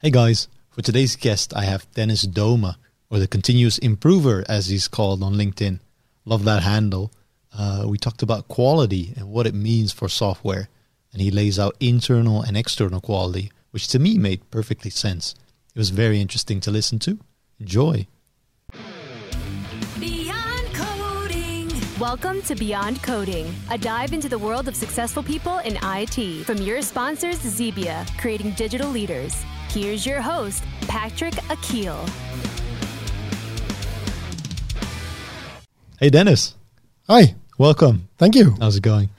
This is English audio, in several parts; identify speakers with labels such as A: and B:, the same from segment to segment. A: Hey guys, for today's guest, I have Dennis Doma, or the continuous improver as he's called on LinkedIn. Love that handle. Uh, we talked about quality and what it means for software, and he lays out internal and external quality, which to me made perfectly sense. It was very interesting to listen to. Enjoy.
B: Beyond Coding. Welcome to Beyond Coding, a dive into the world of successful people in IT. From your sponsors, Zebia, creating digital leaders. Here's your host, Patrick Akil.
A: Hey Dennis,
C: Hi,
A: welcome.
C: thank you.
A: How's it going?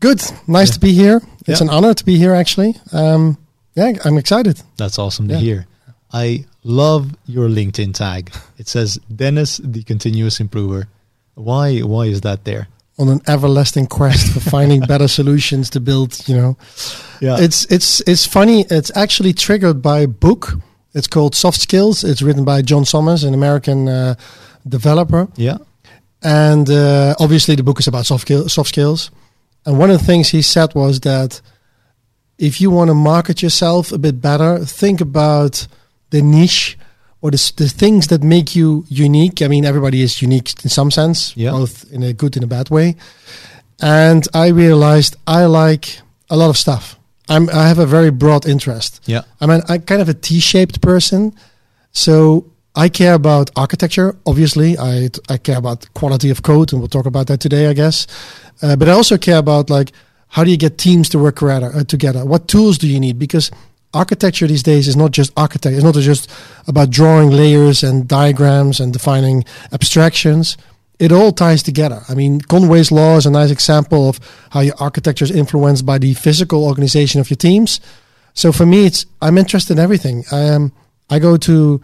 C: Good, nice to be here. It's
A: Yeah.
C: an honor to be here, actually. Um, yeah, I'm excited.
A: That's awesome to
C: Yeah.
A: hear. I love your LinkedIn tag. It says Dennis the continuous improver. Why why is that there?
C: On an everlasting quest for finding better solutions to build, you know,
A: Yeah.
C: it's it's it's funny. It's actually triggered by a book. It's called Soft Skills. It's written by John Summers, an American uh, developer,
A: yeah.
C: and uh, obviously the book is about soft skill, soft skills. And one of the things he said was that if you want to market yourself a bit better, think about the niche or the, s- the things that make you unique. I mean, everybody is unique in some sense,
A: Yeah.
C: both in a good and a bad way. And I realized I like a lot of stuff. I'm, I have a very broad interest.
A: Yeah.
C: I mean, I'm kind of a T-shaped person, so I care about architecture. Obviously, I I care about quality of code, and we'll talk about that today, I guess. Uh, but I also care about like how do you get teams to work together? Uh, together, what tools do you need? Because architecture these days is not just architect. It's not just about drawing layers and diagrams and defining abstractions. It all ties together. I mean, Conway's law is a nice example of how your architecture is influenced by the physical organization of your teams. So for me, it's I'm interested in everything. I am. I go to.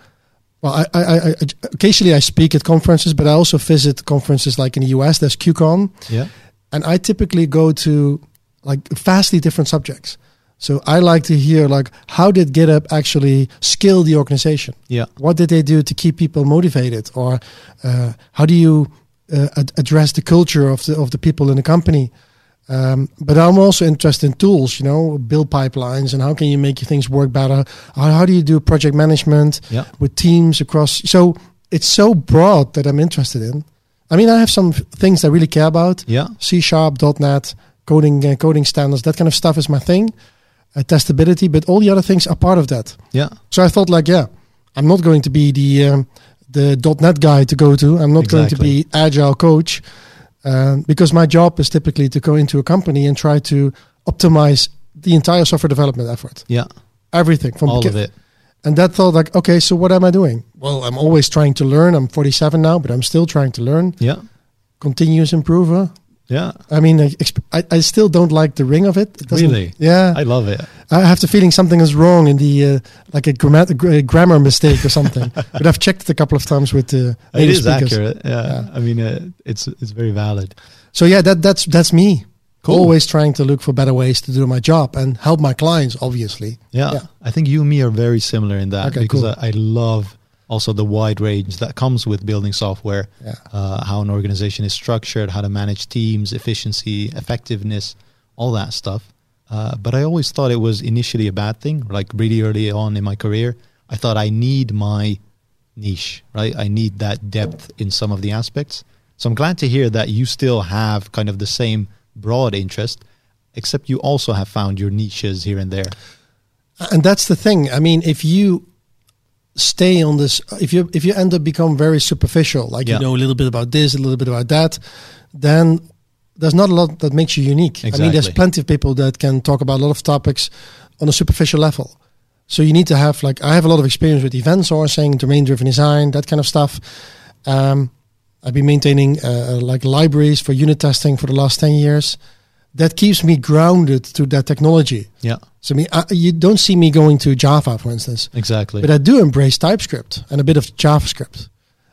C: Well, I, I, I- I occasionally I speak at conferences, but I also visit conferences like in the US. There's QCon,
A: Yeah.
C: and I typically go to like vastly different subjects. So I like to hear like how did GitHub actually scale the organization?
A: Yeah.
C: What did they do to keep people motivated, or uh, how do you uh, ad- address the culture of the of the people in the company? Um, but I'm also interested in tools, you know, build pipelines and how can you make things work better? How, how do you do project management
A: Yeah.
C: with teams across? So it's so broad that I'm interested in. I mean, I have some f- things I really care about.
A: Yeah.
C: C sharp, .NET, coding, uh, coding standards, that kind of stuff is my thing. Uh, testability, but all the other things are part of that.
A: Yeah.
C: So I thought, like, yeah, I'm not going to be the um, the .NET guy to go to. I'm not going to
A: Exactly.
C: be agile coach um, because my job is typically to go into a company and try to optimize the entire software development effort,
A: Yeah.
C: everything from
A: All
C: begin-
A: of it.
C: And that thought, like, okay, so what am I doing? Well, I'm always trying to learn. I'm 47 now, but I'm still trying to learn.
A: Yeah.
C: Continuous improver.
A: Yeah.
C: I mean, I, exp- I, I still don't like the ring of it. it doesn't-
A: Really?
C: Yeah.
A: I love it.
C: I have the feeling something is wrong in the uh, like a, grammat- gr- a grammar mistake or something. but I've checked it a couple of times with the
A: It
C: native
A: is
C: speakers.
A: accurate. Yeah.
C: Yeah.
A: I mean, uh, it's it's very valid.
C: So yeah, that that's that's me.
A: Cool.
C: Always trying to look for better ways to do my job and help my clients. Obviously,
A: Yeah.
C: Yeah.
A: I think you and me are very similar in that
C: Okay,
A: because
C: cool.
A: I, I love also the wide range that comes with building software,
C: Yeah.
A: uh, how an organization is structured, how to manage teams, efficiency, effectiveness, all that stuff. Uh, but I always thought it was initially a bad thing. Like really early on in my career, I thought I need my niche, right? I need that depth in some of the aspects. So I'm glad to hear that you still have kind of the same broad interest, except you also have found your niches here and there.
C: and that's the thing. I mean, if you stay on this, if you if you end up become very superficial, like
A: Yeah.
C: you know a little bit about this, a little bit about that, then there's not a lot that makes you unique. I mean, there's
A: Exactly.
C: plenty of people that can talk about a lot of topics on a superficial level. So you need to have like I have a lot of experience with event sourcing, domain-driven design, that kind of stuff. Um, I've been maintaining uh, like libraries for unit testing for the last ten years. That keeps me grounded to that technology.
A: Yeah.
C: So I mean, I, you don't see me going to Java, for instance,
A: Exactly.
C: but I do embrace TypeScript and a bit of JavaScript,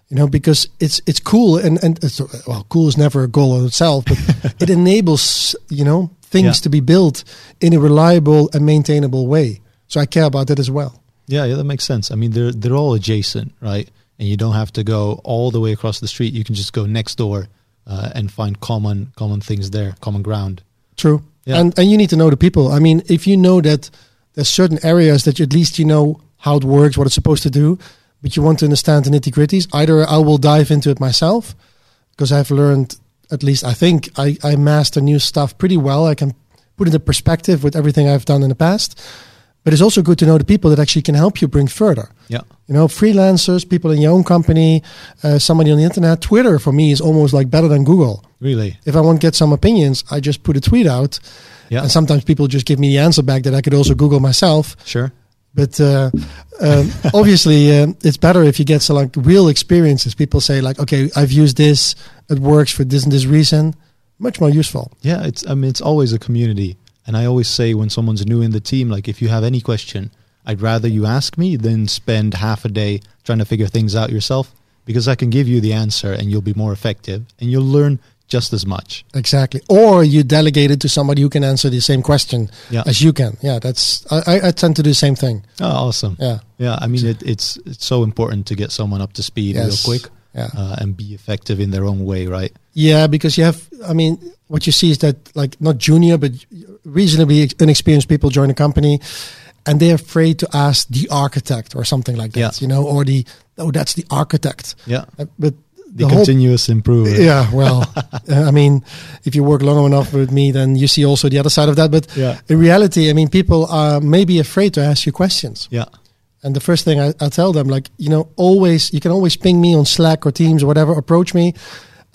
C: you know, because it's it's cool and and it's, well, cool is never a goal in itself, but it enables you know things
A: Yeah.
C: to be built in a reliable and maintainable way. So I care about that as well.
A: yeah, yeah, that makes sense. I mean, they're they're all adjacent, right? And you don't have to go all the way across the street. You can just go next door uh, and find common common things there, common ground.
C: True.
A: Yeah.
C: And and you need to know the people. I mean, if you know that there's certain areas that you, at least you know how it works, what it's supposed to do, but you want to understand the nitty gritties. Either I will dive into it myself because I've learned, at least I think, I, I master new stuff pretty well. I can put it in perspective with everything I've done in the past. But it's also good to know the people that actually can help you bring further.
A: Yeah.
C: You know, freelancers, people in your own company, uh, somebody on the internet. Twitter for me is almost like better than Google.
A: Really.
C: If I want to get some opinions, I just put a tweet out.
A: Yeah.
C: And sometimes people just give me the answer back that I could also Google myself.
A: Sure.
C: But uh, um, obviously, um, it's better if you get some like real experiences. People say like, okay, I've used this, it works for this and this reason. Much more useful.
A: Yeah, it's I mean it's always a community. And I always say when someone's new in the team, like if you have any question, I'd rather you ask me than spend half a day trying to figure things out yourself because I can give you the answer and you'll be more effective and you'll learn just as much.
C: Exactly. Or you delegate it to somebody who can answer the same question
A: Yeah.
C: as you can. Yeah, that's I, I- I tend to do the same thing.
A: Oh, awesome.
C: Yeah.
A: Yeah, I mean it, it's it's so important to get someone up to speed
C: Yes.
A: real quick
C: Yeah.
A: uh, and be effective in their own way, right?
C: Yeah, because you have, I mean, what you see is that, like, not junior, but reasonably ex- inexperienced people join a company and they're afraid to ask the architect or something like that,
A: Yeah.
C: you know, or the, oh, that's the architect.
A: Yeah,
C: Uh, But
A: the,
C: the, whole.
A: continuous improver.
C: Yeah, well, uh, I mean, if you work long enough with me, then you see also the other side of that. But
A: Yeah.
C: in reality, I mean, people are maybe afraid to ask you questions.
A: yeah,
C: And the first thing I, I tell them, like, you know, always, you can always ping me on Slack or Teams or whatever, approach me.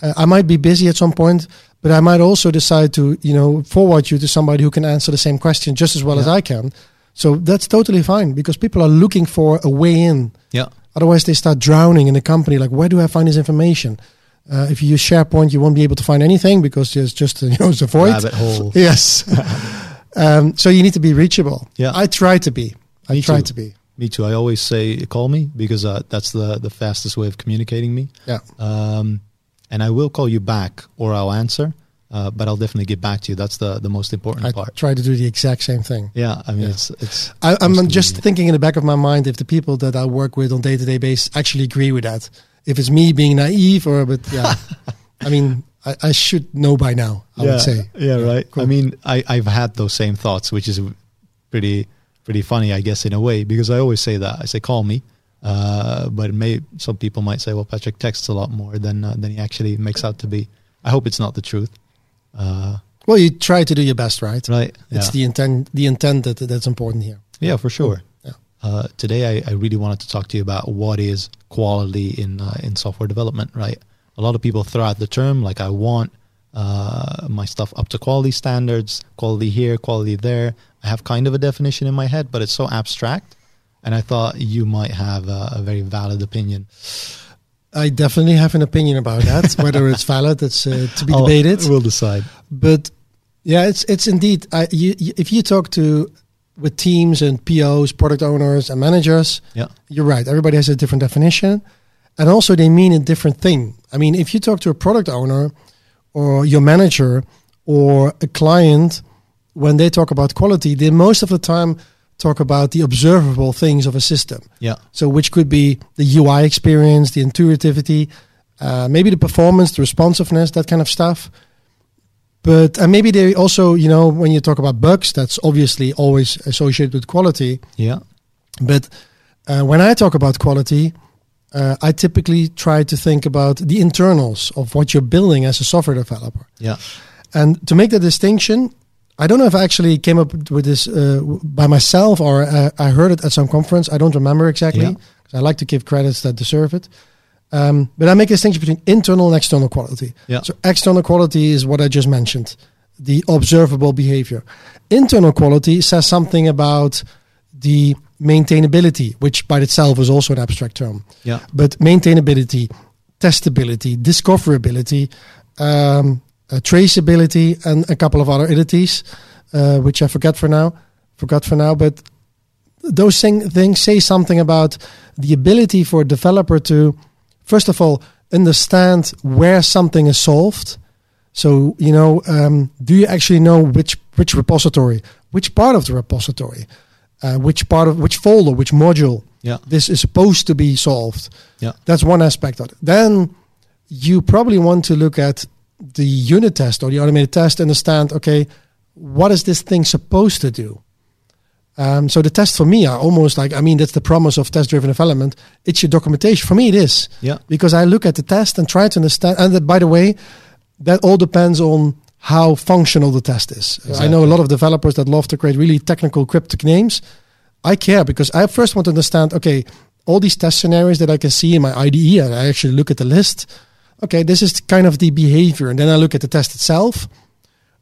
C: Uh, I might be busy at some point, but I might also decide to, you know, forward you to somebody who can answer the same question just as well as I can. So that's totally fine because people are looking for a way in.
A: yeah,
C: Otherwise, they start drowning in the company. Like, where do I find this information? Uh, if you use SharePoint, you won't be able to find anything because there's just, you know, it's a void.
A: rabbit hole.
C: Yes. um, so you need to be reachable.
A: Yeah.
C: I try to be. I
A: Me
C: try
A: too.
C: to be.
A: Me too. I always say call me because uh, that's the the fastest way of communicating me.
C: Yeah.
A: Um, and I will call you back or I'll answer, uh, but I'll definitely get back to you. That's the the most important
C: I
A: part.
C: try to do the exact same thing.
A: Yeah, I mean
C: Yeah.
A: it's it's.
C: I, I'm
A: Most
C: just
A: convenient.
C: thinking in the back of my mind if the people that I work with on day to day basis actually agree with that. If it's me being naive or, but yeah, I mean, I, I should know by now, I
A: yeah,
C: would say.
A: Yeah, right.
C: cool.
A: I mean, I I've had those same thoughts, which is pretty pretty funny, I guess, in a way, because I always say that I say call me. Uh, but it may some people might say, well, Patrick texts a lot more than uh, than he actually makes out to be. I hope it's not the truth, uh,
C: Well, you try to do your best, right?
A: right?
C: It's
A: Yeah.
C: the intent, the intent that, that's important here.
A: Yeah, for sure.
C: Yeah.
A: Uh, today, I, I really wanted to talk to you about what is quality in uh, in software development. Right, a lot of people throw out the term like I want uh, my stuff up to quality standards, quality here, quality there. I have kind of a definition in my head, but it's so abstract. And I thought you might have a, a very valid opinion.
C: I definitely have an opinion about that, whether it's valid, it's uh, to be
A: I'll-
C: debated.
A: Oh, We'll decide.
C: but yeah, it's it's indeed. I, you, you, if you talk to with teams and POs, product owners and managers,
A: Yeah,
C: you're right. Everybody has a different definition, and also they mean a different thing. I mean, if you talk to a product owner or your manager or a client, when they talk about quality, they most of the time talk about the observable things of a system.
A: yeah,
C: So, which could be the UI experience, the intuitivity, uh, maybe the performance, the responsiveness, that kind of stuff. But and maybe they also, you know, when you talk about bugs, that's obviously always associated with quality.
A: yeah,
C: But uh, when I talk about quality, uh, I typically try to think about the internals of what you're building as a software developer.
A: yeah,
C: And to make that distinction, I don't know if I actually came up with this uh, w- by myself or uh, I heard it at some conference. I don't remember exactly.
A: Yeah.
C: 'cause I like to give credits that deserve it. Um, but I make a distinction between internal and external quality.
A: Yeah.
C: So external quality is what I just mentioned, the observable behavior. Internal quality says something about the maintainability, which by itself is also an abstract term
A: yeah,
C: but maintainability, testability, discoverability, um, uh, traceability, and a couple of other entities, uh, which I forget for now. Forgot for now, but those thing, things say something about the ability for a developer to, first of all, understand where something is solved. So you know, um, do you actually know which which repository, which part of the repository, uh, which part of which folder, which module?
A: yeah,
C: this is supposed to be solved.
A: Yeah.
C: That's one aspect of it. Then you probably want to look at the unit test or the automated test, understand, okay, what is this thing supposed to do? Um, so the tests for me are almost like I mean that's the promise of test-driven development. It's your documentation. For me, it is
A: Yeah.
C: because I look at the test and try to understand. And that, by the way, that all depends on how functional the test is. I know a lot of developers that love to create really technical cryptic names. I care because I first want to understand. Okay, all these test scenarios that I can see in my IDE, and I actually look at the list. Okay, this is kind of the behavior, and then I look at the test itself.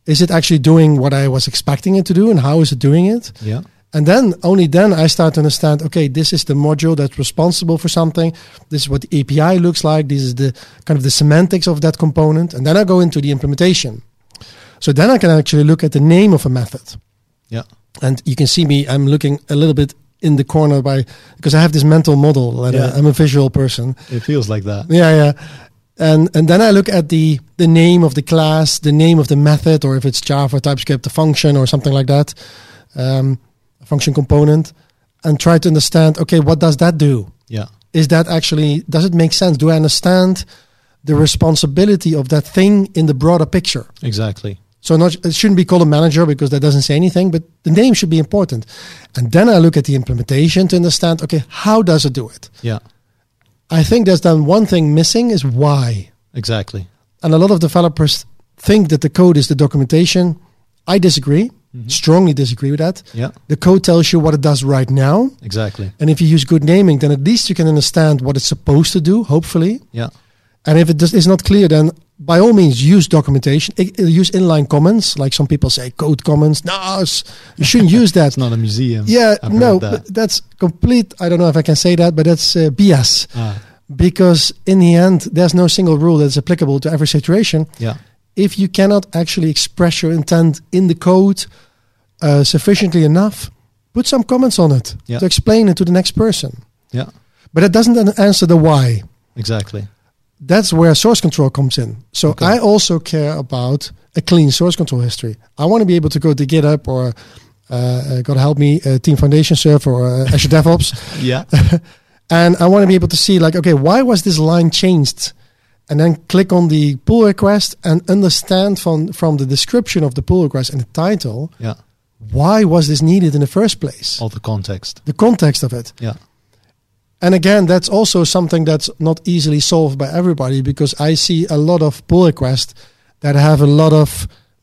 C: Is it actually doing what I was expecting it to do, and how is it doing it?
A: Yeah.
C: And then only then I start to understand, okay, this is the module that's responsible for something. This is what the API looks like. This is the kind of the semantics of that component. And then I go into the implementation. So then I can actually look at the name of a method.
A: Yeah.
C: And you can see me, I'm looking a little bit in the corner by, because I have this mental model and
A: Yeah.
C: I, am a visual person.
A: It feels like that.
C: Yeah, yeah. And and then I look at the the name of the class, the name of the method, or if it's Java, TypeScript, the function, or something like that, um, a function component, and try to understand. Okay, what does that do?
A: Yeah.
C: Is that actually does it make sense? Do I understand the responsibility of that thing in the broader picture?
A: Exactly.
C: So not it shouldn't be called a manager because that doesn't say anything, but the name should be important. And then I look at the implementation to understand. Okay, how does it do it?
A: Yeah.
C: I think there's then one thing missing is why.
A: Exactly.
C: and a lot of developers think that the code is the documentation. I disagree, strongly disagree with that.
A: Mm-hmm. Yeah.
C: The code tells you what it does right now.
A: Exactly.
C: And if you use good naming, then at least you can understand what it's supposed to do, hopefully.
A: Yeah.
C: And if it does, is not clear, then by all means use documentation, I- I- use inline comments, like some people say, code comments. No, it's- you shouldn't use that.
A: It's not a museum.
C: yeah,
A: I've
C: no,
A: heard that.
C: but that's complete. I don't know if I can say that, but that's uh, BS.
A: Ah,
C: Because in the end, there's no single rule that's applicable to every situation
A: yeah.
C: if you cannot actually express your intent in the code uh, sufficiently enough, put some comments on it
A: Yeah.
C: to explain it to the next person.
A: Yeah.
C: But that doesn't an- answer the why.
A: Exactly.
C: That's where source control comes in. So
A: Okay.
C: I also care about a clean source control history. I want to be able to go to GitHub or uh, uh, God help me, uh, Team Foundation Server or uh, Azure DevOps
A: Yeah.
C: and I want to be able to see like, okay, why was this line changed? And then click on the pull request and understand from from the description of the pull request and the title
A: Yeah.
C: why was this needed in the first place,
A: All the context.
C: the context of it.
A: Yeah.
C: And again, that's also something that's not easily solved by everybody because I see a lot of pull requests that have a lot of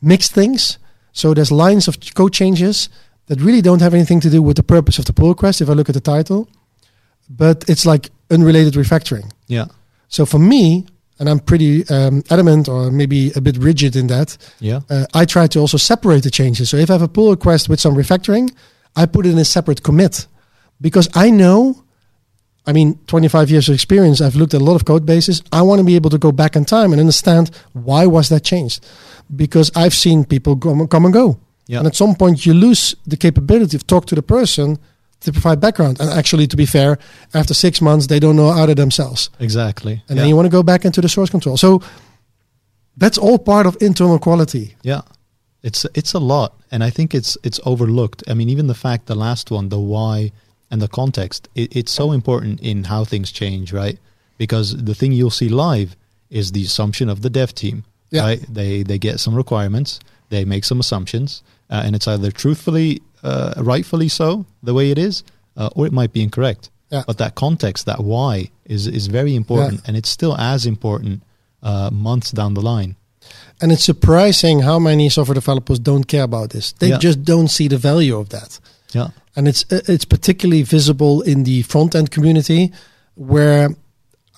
C: mixed things. So there's lines of code changes that really don't have anything to do with the purpose of the pull request. If I look at the title, but it's like unrelated refactoring.
A: Yeah.
C: So for me, and I'm pretty um, adamant or maybe a bit rigid in that,
A: Yeah.
C: uh, I try to also separate the changes. So if I have a pull request with some refactoring, I put it in a separate commit because I know, I mean, 25 years of experience, I've looked at a lot of code bases. I want to be able to go back in time and understand why was that changed because I've seen people go, come and go.
A: Yeah.
C: And at some point, you lose the capability of talk to the person to provide background. And actually, to be fair, after six months, they don't know out of themselves
A: Exactly.
C: and
A: yeah.
C: then you want to go back into the source control. So that's all part of internal quality.
A: Yeah, it's it's a lot, and I think it's it's overlooked. I mean, even the fact the last one, the why and the context, it, it's so important in how things change, right? Because the thing you'll see live is the assumption of the dev team.
C: Yeah.
A: Right? They they get some requirements, they make some assumptions, uh, and it's either truthfully, uh, rightfully so, the way it is, uh, or it might be incorrect.
C: Yeah.
A: But that context, that why, is is very important, and it's still as important uh, months down the line.
C: And it's surprising how many software developers don't care about this. They
A: Yeah.
C: just don't see the value of that.
A: Yeah,
C: And it's uh, it's particularly visible in the front end community, where,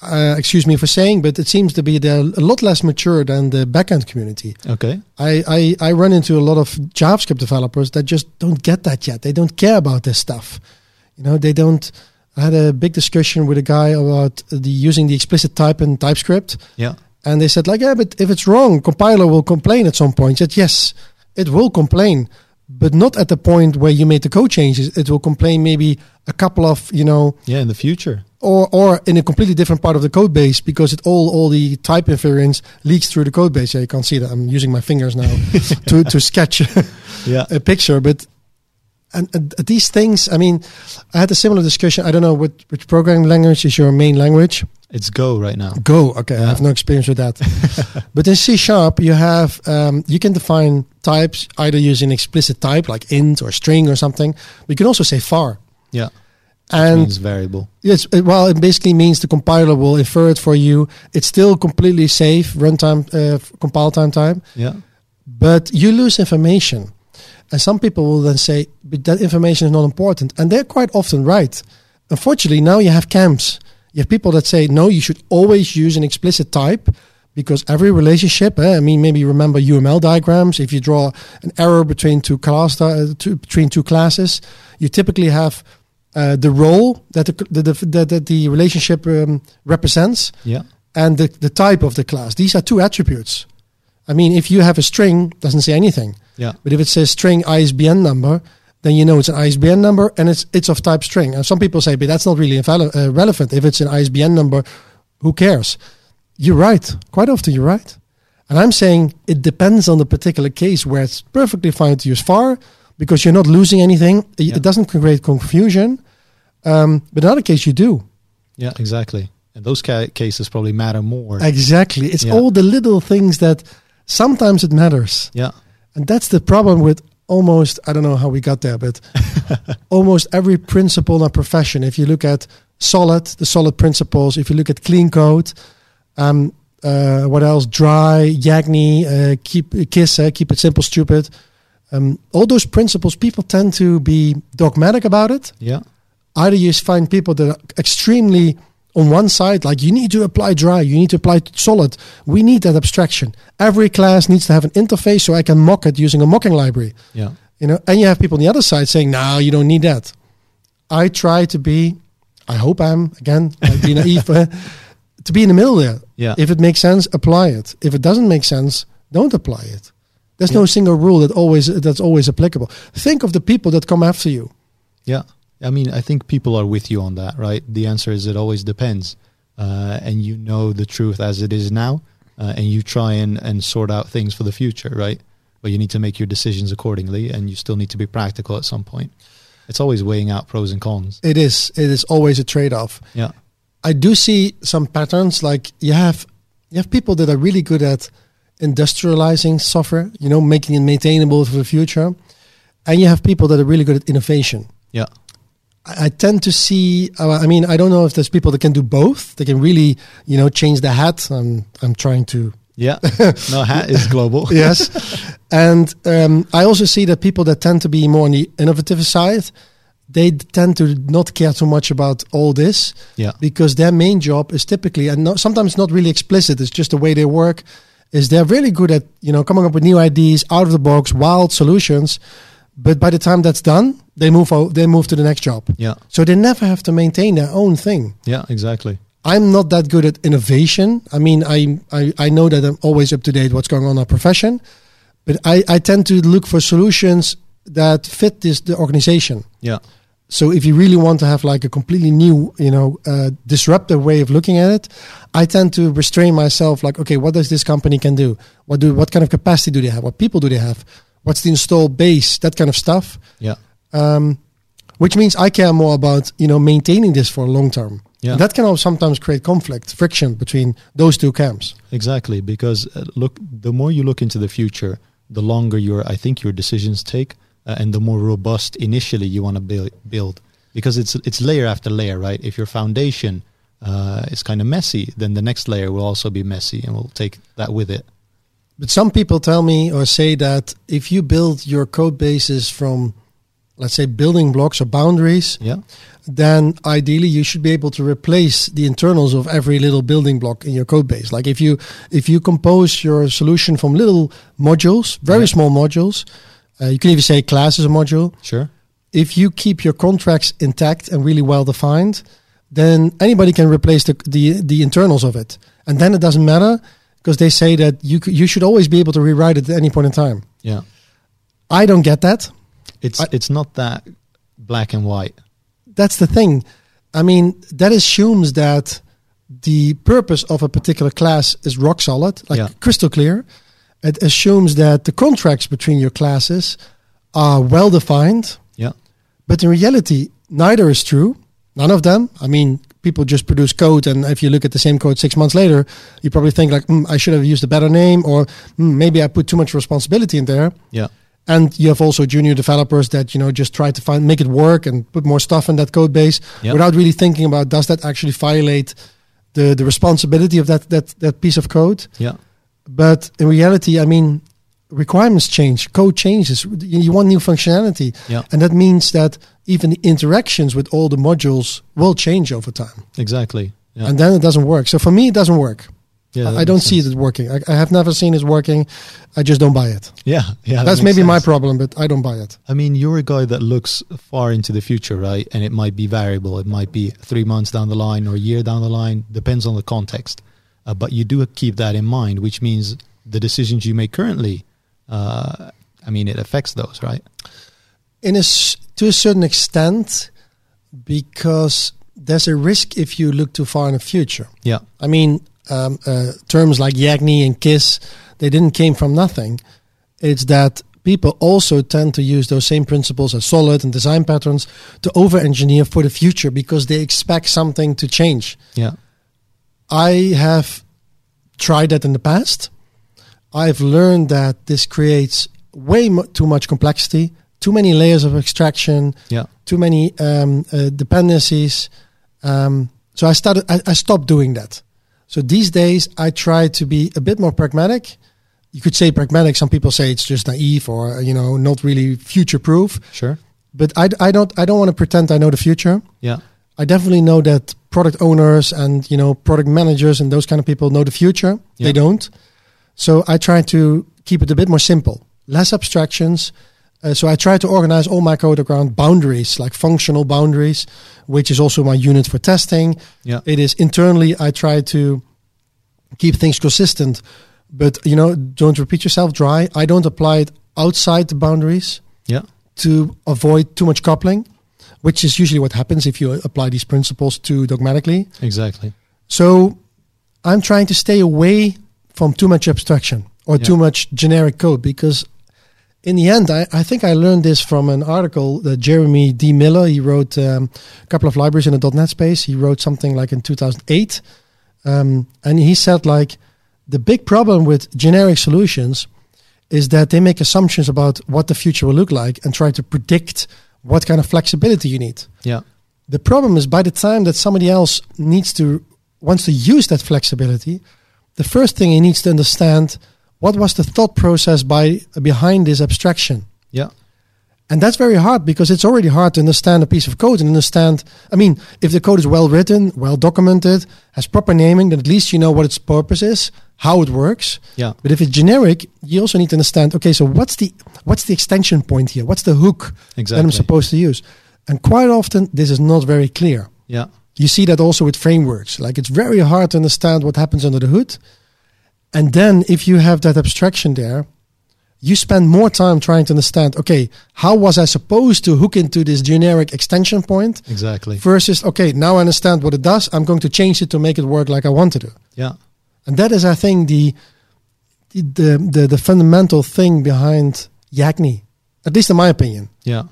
C: uh, excuse me for saying, but it seems to be they're a lot less mature than the back end community.
A: okay,
C: I, I, I run into a lot of JavaScript developers that just don't get that yet. They don't care about this stuff. You know, they don't. I had a big discussion with a guy about the using the explicit type in TypeScript,
A: yeah,
C: and they said like, yeah, but if it's wrong, compiler will complain at some point. I said yes, it will complain, but not at the point where you made the code changes. It will complain maybe a couple of you know
A: yeah. In the future,
C: or or in a completely different part of the code base because it all all the type invariance leaks through the code base. Yeah, you can't see that. I'm using my fingers now to to sketch
A: yeah.
C: a picture, but and, and these things, I mean, I had a similar discussion. I don't know what, which programming language is your main language.
A: It's Go right now.
C: Go. Okay, I have no experience with that. but in C sharp, you have um, you can define types either using explicit type like int or string or something. But you can also say far.
A: Yeah.
C: And
A: means variable.
C: Yes, it- well, it basically means the compiler will infer it for you. It's still completely safe runtime, uh, f- compile time time,
A: Yeah.
C: but you lose information. And some people will then say, but that information is not important. And they're quite often right. Unfortunately, now you have camps. You have people that say, no, you should always use an explicit type because every relationship, eh, I mean, maybe you remember UML diagrams. If you draw an arrow between two, class, di- uh, two, between two classes, you typically have uh, the role that the, the, the, that- that the relationship um, represents
A: Yeah.
C: and the, the type of the class. These are two attributes. I mean, if you have a string, doesn't say anything.
A: Yeah.
C: But if it says string ISBN number, then you know it's an ISBN number and it's it's of type string. And some people say, but that's not really invalid, uh, relevant. If it's an ISBN number, who cares? You're right. Quite often you're right. And I'm saying it depends on the particular case where it's perfectly fine to use far because you're not losing anything. It,
A: Yeah.
C: it doesn't create confusion. Um, but in other case, you do.
A: Yeah. Exactly. And those ca- cases probably matter more.
C: Exactly. It's
A: Yeah.
C: all the little things that sometimes it matters.
A: yeah.
C: And that's the problem with almost, I don't know how we got there, but almost every principle in our profession. If you look at solid, the solid principles, if you look at clean code, um, uh, what else? Dry, Yagni, uh, keep, KISS, eh, keep it simple, stupid. Um, all those principles, people tend to be dogmatic about it
A: Yeah.
C: either you find people that are extremely on one side, like you need to apply dry, you need to apply solid. We need that abstraction. Every class needs to have an interface so I can mock it using a mocking library.
A: Yeah.
C: You know, and you have people on the other side saying, "No, you don't need that." I try to be, I hope I'm again like being naive, uh, to be in the middle there.
A: Yeah.
C: If it makes sense, apply it. If it doesn't make sense, don't apply it. There's no
A: Yeah.
C: single rule that always that's always applicable. Think of the people that come after you.
A: Yeah. I mean, I think people are with you on that, right? The answer is it always depends. Uh, and you know the truth as it is now, uh, and you try and, and sort out things for the future, right? But you need to make your decisions accordingly, and you still need to be practical at some point. It's always weighing out pros and cons.
C: It is it is always a trade-off.
A: Yeah.
C: I do see some patterns. Like you have you have people that are really good at industrializing software, you know, making it maintainable for the future, and you have people that are really good at innovation.
A: Yeah.
C: I I tend to see. uh, I mean, I don't know if there's people that can do both. They can really, you know, change the hat. I'm, I'm trying to.
A: Yeah. no, hat is global.
C: Yes, and um, I also see that people that tend to be more on the innovative side, they tend to not care too much about all this
A: Yeah.
C: because their main job is typically and not, sometimes not really explicit it's just the way they work is they're really good at you know coming up with new ideas out of the box wild solutions but by the time that's done they move out they move to the next job
A: Yeah.
C: so they never have to maintain their own thing
A: Yeah. Exactly.
C: i'm not that good at innovation i mean i i, I know that i'm always up to date what's going on in our profession but i i tend to look for solutions that fit this the organization
A: Yeah.
C: so if you really want to have like a completely new, you know, uh, disruptive way of looking at it, I tend to restrain myself. Like, okay, what does this company can do? What do what kind of capacity do they have? What people do they have? What's the install base? That kind of stuff.
A: Yeah.
C: Um, which means I care more about you know maintaining this for long term.
A: Yeah.
C: And that can also sometimes create conflict, friction between those two camps.
A: Exactly, because uh, look, the more you look into the future, the longer your I think your decisions take, uh, and the more robust initially you want to build, build, because it's it's layer after layer, right? If your foundation uh, is kind of messy, then the next layer will also be messy, and will take that with it.
C: But some people tell me or say that if you build your code bases from, let's say, building blocks or boundaries,
A: Yeah,
C: then ideally you should be able to replace the internals of every little building block in your code base. Like if you if you compose your solution from little modules, very
A: Yeah.
C: small modules, uh, you can even say class is a module.
A: sure.
C: If you keep your contracts intact and really well defined, then anybody can replace the the, the internals of it, and then it doesn't matter because they say that you c- you should always be able to rewrite it at any point in time.
A: Yeah,
C: I don't get that.
A: it's
C: I-
A: it's not that black and white.
C: that's the thing. I mean, that assumes that the purpose of a particular class is rock solid, like
A: Yeah.
C: crystal clear. It assumes that the contracts between your classes are well defined
A: Yeah,
C: But in reality, neither is true. None of them. I mean, people just produce code, and if you look at the same code six months later, you probably think like, mm, I should have used a better name, or mm, maybe I put too much responsibility in there.
A: Yeah.
C: And you have also junior developers that you know just try to find make it work and put more stuff in that code base
A: Yep.
C: without really thinking about does that actually violate the the responsibility of that that that piece of code.
A: Yeah.
C: But in reality, I mean, requirements change, code changes. You you want new functionality,
A: Yeah.
C: and that means that even the interactions with all the modules will change over time,
A: Exactly. Yeah.
C: and then it doesn't work. So for me, it doesn't work.
A: yeah,
C: I-
A: that
C: I don't
A: makes
C: see
A: sense.
C: it working. I, I have never seen it working. I just don't buy it.
A: Yeah. Yeah. that
C: That's
A: makes
C: maybe my
A: sense.
C: problem, but I don't buy it.
A: I mean, you're a guy that looks far into the future, right? And it might be variable. It might be three months down the line or a year down the line, depends on the context. Uh, but you do keep that in mind, which means the decisions you make currently, uh, I mean, it affects those, right?
C: in a s- to a certain extent because there's a risk if you look too far in the future.
A: Yeah.
C: I mean, um, uh, terms like Yagni and Kiss, they didn't came from nothing. It's that people also tend to use those same principles as solid and design patterns to over-engineer for the future because they expect something to change.
A: Yeah.
C: I have tried that in the past. I've learned that this creates way mo- too much complexity, too many layers of extraction,
A: Yeah.
C: too many um, uh, dependencies. Um, so I started. I, I stopped doing that. So these days I try to be a bit more pragmatic. You could say pragmatic. Some people say it's just naive or you know not really future proof.
A: Sure.
C: But I, I don't. I don't want to pretend I know the future.
A: Yeah.
C: I definitely know that product owners and you know product managers and those kind of people know the future.
A: Yeah.
C: They don't. So I try to keep it a bit more simple, less abstractions. Uh, so I try to organize all my code around boundaries, like functional boundaries, which is also my unit for testing.
A: Yeah.
C: It is internally I try to keep things consistent, but you know don't repeat yourself dry. I don't apply it outside the boundaries
A: Yeah.
C: to avoid too much coupling, which is usually what happens if you apply these principles too dogmatically.
A: Exactly.
C: So I'm trying to stay away from too much abstraction or
A: Yeah.
C: too much generic code because in the end, I, I think I learned this from an article that Jeremy D. Miller, he wrote um, a couple of libraries in the .NET space. He wrote something like in 2008. Um, and he said like, the big problem with generic solutions is that they make assumptions about what the future will look like and try to predict what kind of flexibility you need.
A: Yeah.
C: The problem is by the time that somebody else needs to wants to use that flexibility, the first thing he needs to understand what was the thought process by behind this abstraction.
A: Yeah.
C: And that's very hard because it's already hard to understand a piece of code and understand. I mean, if the code is well written, well documented, has proper naming, then at least you know what its purpose is, how it works.
A: Yeah.
C: But if it's generic, you also need to understand. Okay, so what's the what's the extension point here? What's the hook that
A: Exactly.
C: I'm supposed to use? And quite often, this is not very clear.
A: Yeah.
C: You see that also with frameworks. Like it's very hard to understand what happens under the hood. And then if you have that abstraction there, you spend more time trying to understand, okay, how was I supposed to hook into this generic extension point
A: Exactly.
C: versus, okay, now I understand what it does. I'm going to change it to make it work like I want to do.
A: Yeah.
C: And that is, I think, the the the, the fundamental thing behind Yagni, at least in my opinion.
A: Yeah.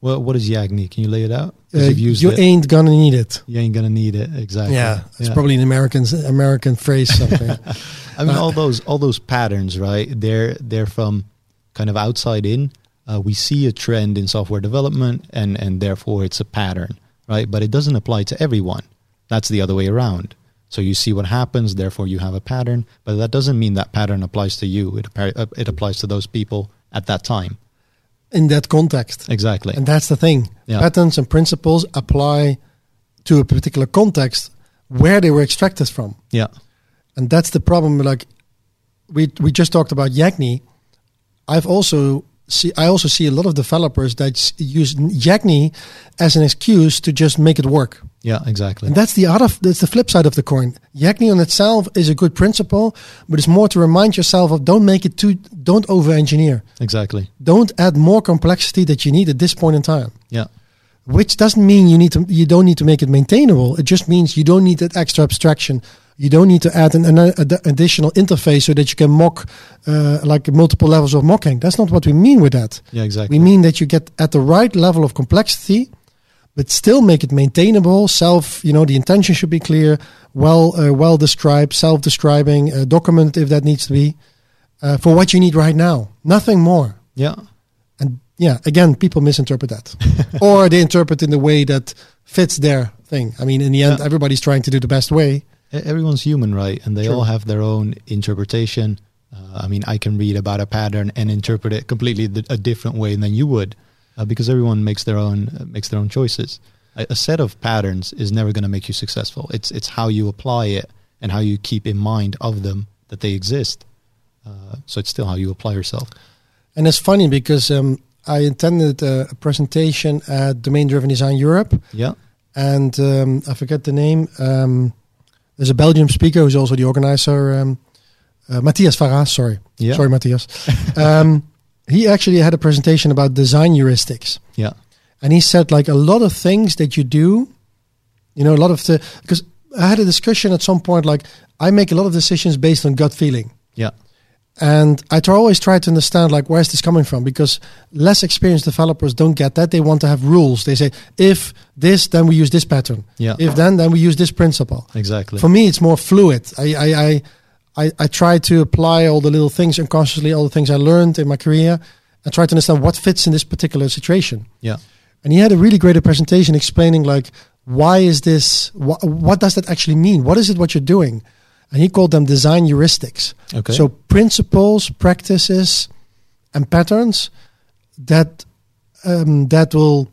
A: Well, what is Yagni? Can you lay it out? 'Cause
C: Uh,
A: you've used
C: you
A: it.
C: ain't gonna need it.
A: you ain't gonna need it. Exactly.
C: it's probably an American American phrase something.
A: I mean,
C: Uh,
A: all those all those patterns, right? They're they're from kind of outside in. Uh, we see a trend in software development, and and therefore it's a pattern, right? But it doesn't apply to everyone. That's the other way around. So you see what happens, therefore you have a pattern, but that doesn't mean that pattern applies to you. It appa- uh, it applies to those people at that time.
C: in that context.
A: Exactly.
C: And that's the thing.
A: Yeah.
C: Patterns and principles apply to a particular context where they were extracted from.
A: yeah.
C: And that's the problem. Like we we just talked about Yagni. I've also see I also see a lot of developers that s- use Yagni as an excuse to just make it work.
A: Yeah. Exactly.
C: And that's the other that's the flip side of the coin. Yagni on itself is a good principle, but it's more to remind yourself of don't make it too don't over engineer.
A: Exactly.
C: Don't add more complexity that you need at this point in time
A: Yeah.
C: which doesn't mean you need to you don't need to make it maintainable it just means you don't need that extra abstraction you don't need to add an, an ad- additional interface so that you can mock uh, like multiple levels of mocking. That's not what we mean with that.
A: Yeah, exactly.
C: We mean that you get at the right level of complexity, but still make it maintainable. Self, you know, the intention should be clear, well, uh, well described, self-describing, uh, document if that needs to be, uh, for what you need right now. Nothing more.
A: yeah,
C: And yeah, again, people misinterpret that, or they interpret in the way that fits their thing. I mean, in the end,
A: Yeah.
C: everybody's trying to do the best way.
A: E- everyone's human, right? And they
C: Sure.
A: all have their own interpretation. Uh, I mean, I can read about a pattern and interpret it completely th- a different way than you would, uh, because everyone makes their own uh, makes their own choices. A, a set of patterns is never going to make you successful. It's it's how you apply it and how you keep in mind of them that they exist. Uh, so it's still how you apply yourself.
C: And it's funny because um, I attended uh, a presentation at Domain Driven Design Europe,
A: Yeah,
C: and um, I forget the name. Um, there's a Belgium speaker who's also the organizer, um, uh, Matthias Farras. Sorry,
A: yeah,
C: sorry, Matthias. um, he actually had a presentation about design heuristics,
A: yeah,
C: and he said like a lot of things that you do, you know, a lot of the because I had a discussion at some point like I make a lot of decisions based on gut feeling.
A: yeah,
C: And I try, always try to understand like where's this coming from because less experienced developers don't get that. They want to have rules. They say if this, then we use this pattern.
A: Yeah.
C: If then, then we use this principle.
A: exactly.
C: For me, it's more fluid. I I, I I I try to apply all the little things unconsciously, all the things I learned in my career, and try to understand what fits in this particular situation.
A: yeah,
C: And he had a really great presentation explaining like why is this? Wh- what does that actually mean? What is it what you're doing? And he called them design heuristics.
A: okay.
C: So principles, practices, and patterns that um, that will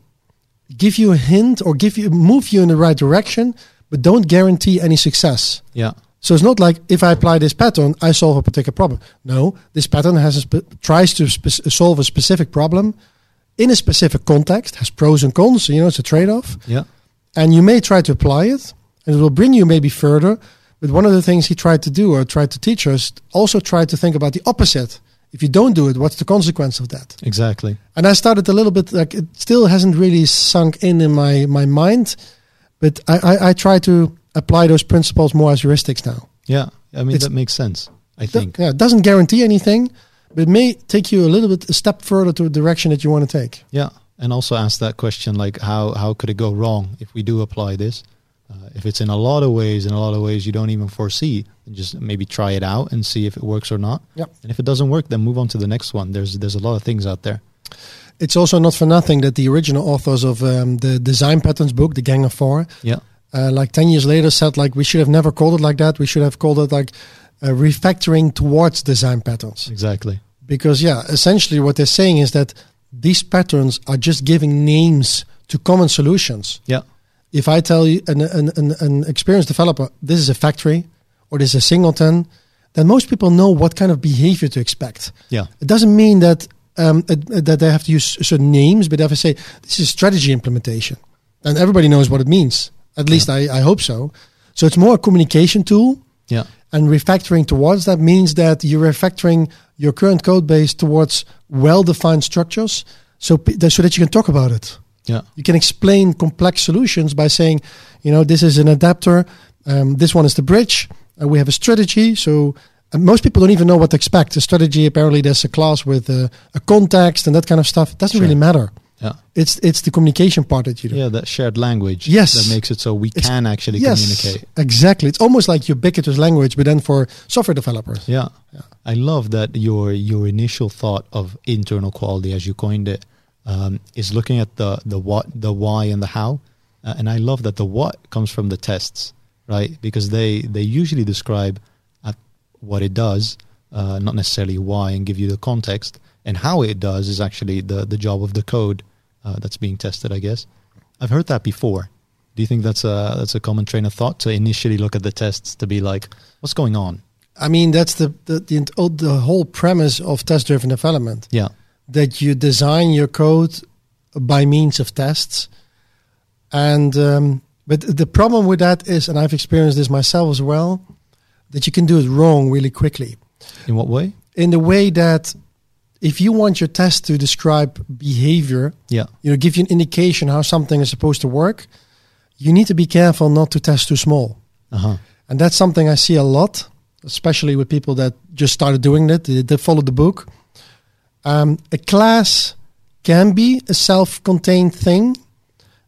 C: give you a hint or give you move you in the right direction, but don't guarantee any success.
A: yeah,
C: So it's not like if I apply this pattern, I solve a particular problem. No, this pattern has a spe- tries to spe- solve a specific problem in a specific context, has pros and cons. You know, it's a trade-off
A: yeah,
C: and you may try to apply it and it will bring you maybe further but one of the things he tried to do or tried to teach us also try to think about the opposite if you don't do it what's the consequence of that
A: exactly.
C: and i started a little bit like it still hasn't really sunk in in my my mind but i i, I try to apply those principles more as heuristics now
A: Yeah, I mean
C: It's-
A: that makes sense. I think.
C: yeah it doesn't guarantee anything but it may take you a little bit a step further to the direction that you want to take
A: Yeah, and also ask that question like how how could it go wrong if we do apply this? Uh, if it's in a lot of ways, in a lot of ways you don't even foresee, then just maybe try it out and see if it works or not.
C: Yep.
A: And if it doesn't work, then move on to the next one. There's there's a lot of things out there.
C: it's also not for nothing that the original authors of um, the design patterns book the gang of four
A: Yeah,
C: uh, like 10 years later said like we should have never called it like that we should have called it like uh, refactoring towards design patterns
A: exactly.
C: because yeah essentially what they're saying is that these patterns are just giving names to common solutions
A: Yeah,
C: if i tell you an, an, an, an experienced developer this is a factory or this is a singleton then most people know what kind of behavior to expect
A: yeah,
C: it doesn't mean that um, it- that they have to use certain names, but if I say this is strategy implementation, and everybody knows what it means. At least I, I hope so. So it's more a communication tool,
A: yeah,
C: and refactoring towards that means that you're refactoring your current code base towards well-defined structures, so p- that- so that you can talk about it.
A: yeah,
C: You can explain complex solutions by saying, you know, this is an adapter, um, this one is the bridge, and we have a strategy. So and most people don't even know what to expect. A strategy, apparently, there's a class with a, a context and that kind of stuff. It doesn't
A: Sure.
C: really matter.
A: yeah.
C: It's it's the communication part that you do.
A: Yeah, that shared language.
C: Yes.
A: That makes it so we
C: It's-
A: can actually
C: yes,
A: communicate.
C: exactly. It's almost like ubiquitous language, but then for software developers.
A: Yeah. I love that your your initial thought of internal quality, as you coined it, um, is looking at the the what, the why, and the how. Uh, and I love that the what comes from the tests, right? Because they they usually describe uh, what it does, uh, not necessarily why, and give you the context. And how it does is actually the the job of the code uh, that's being tested, I guess. I've heard that before. Do you think that's a that's a common train of thought to initially look at the tests to be like, what's going on?
C: I mean, that's the the, the, ent- oh, the whole premise of test-driven development.
A: Yeah.
C: that you design your code by means of tests. And um, but the problem with that is, and I've experienced this myself as well, that you can do it wrong really quickly.
A: In what way?
C: In the way that if you want your test to describe behavior,
A: Yeah.
C: you know, give you an indication how something is supposed to work, you need to be careful not to test too small.
A: Uh huh.
C: And that's something I see a lot, especially with people that just started doing it. They, they follow the book. Um, a class can be a self-contained thing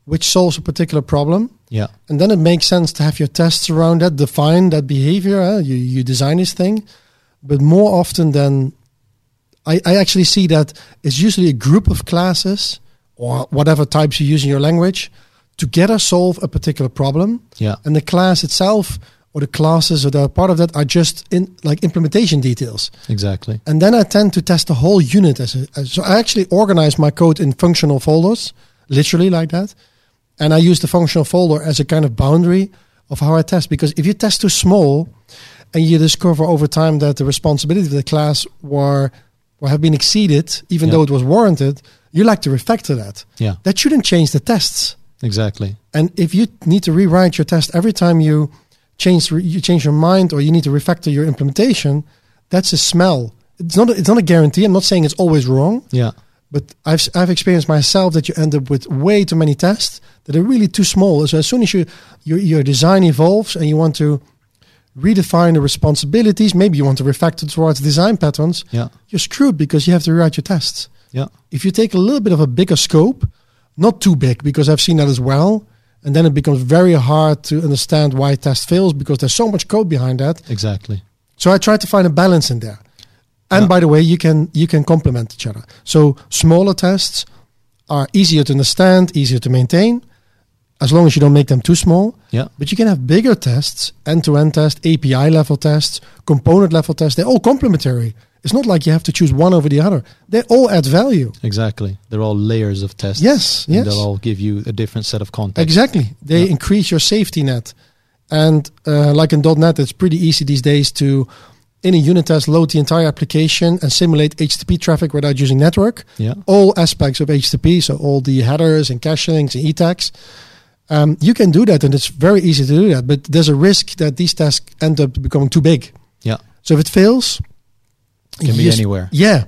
C: which solves a particular problem.
A: Yeah.
C: And then it makes sense to have your tests around that, define that behavior. eh? You, you design this thing. But more often than I, I actually see that it's usually a group of classes or whatever types you use in your language together solve a particular problem.
A: Yeah.
C: And the class itself or the classes that are part of that are just in like implementation details.
A: Exactly.
C: And then I tend to test the whole unit as, a, as so I actually organize my code in functional folders, literally like that. And I use the functional folder as a kind of boundary of how I test because if you test too small and you discover over time that the responsibility of the class were or have been exceeded, even
A: Yeah.
C: though it was warranted, you like to refactor that.
A: Yeah.
C: That shouldn't change the tests.
A: Exactly.
C: And if you need to rewrite your test every time you change you change your mind or you need to refactor your implementation, that's a smell. It's not a, it's not a guarantee. I'm not saying it's always wrong,
A: Yeah.
C: but I've s- I've experienced myself that you end up with way too many tests that are really too small. So as soon as you your, your design evolves and you want to redefine the responsibilities, maybe you want to refactor towards design patterns,
A: Yeah.
C: you're screwed because you have to rewrite your tests
A: Yeah.
C: if you take a little bit of a bigger scope, not too big, because I've seen that as well, and then it becomes very hard to understand why a test fails because there's so much code behind that.
A: Exactly.
C: So I try to find a balance in there. And
A: Yeah.
C: by the way, you can you can complement each other. So smaller tests are easier to understand, easier to maintain, as long as you don't make them too small.
A: Yeah.
C: But you can have bigger tests, end-to-end tests, API level tests, component level tests. They're all complementary. It's not like you have to choose one over the other. They all add value.
A: Exactly. They're all layers of tests.
C: Yes,
A: And
C: yes.
A: They'll all give you a different set of context.
C: Exactly. They
A: Yeah.
C: increase your safety net. And uh, like in .NET, it's pretty easy these days to, in a unit test, load the entire application and simulate HTTP traffic without using network.
A: Yeah.
C: All aspects of HTTP, so all the headers and cache links and E e-tags. Um, you can do that, and it's very easy to do that. But there's a risk that these tasks end up becoming too big.
A: Yeah.
C: So if it fails,
A: Can be
C: yes-
A: anywhere.
C: Yeah,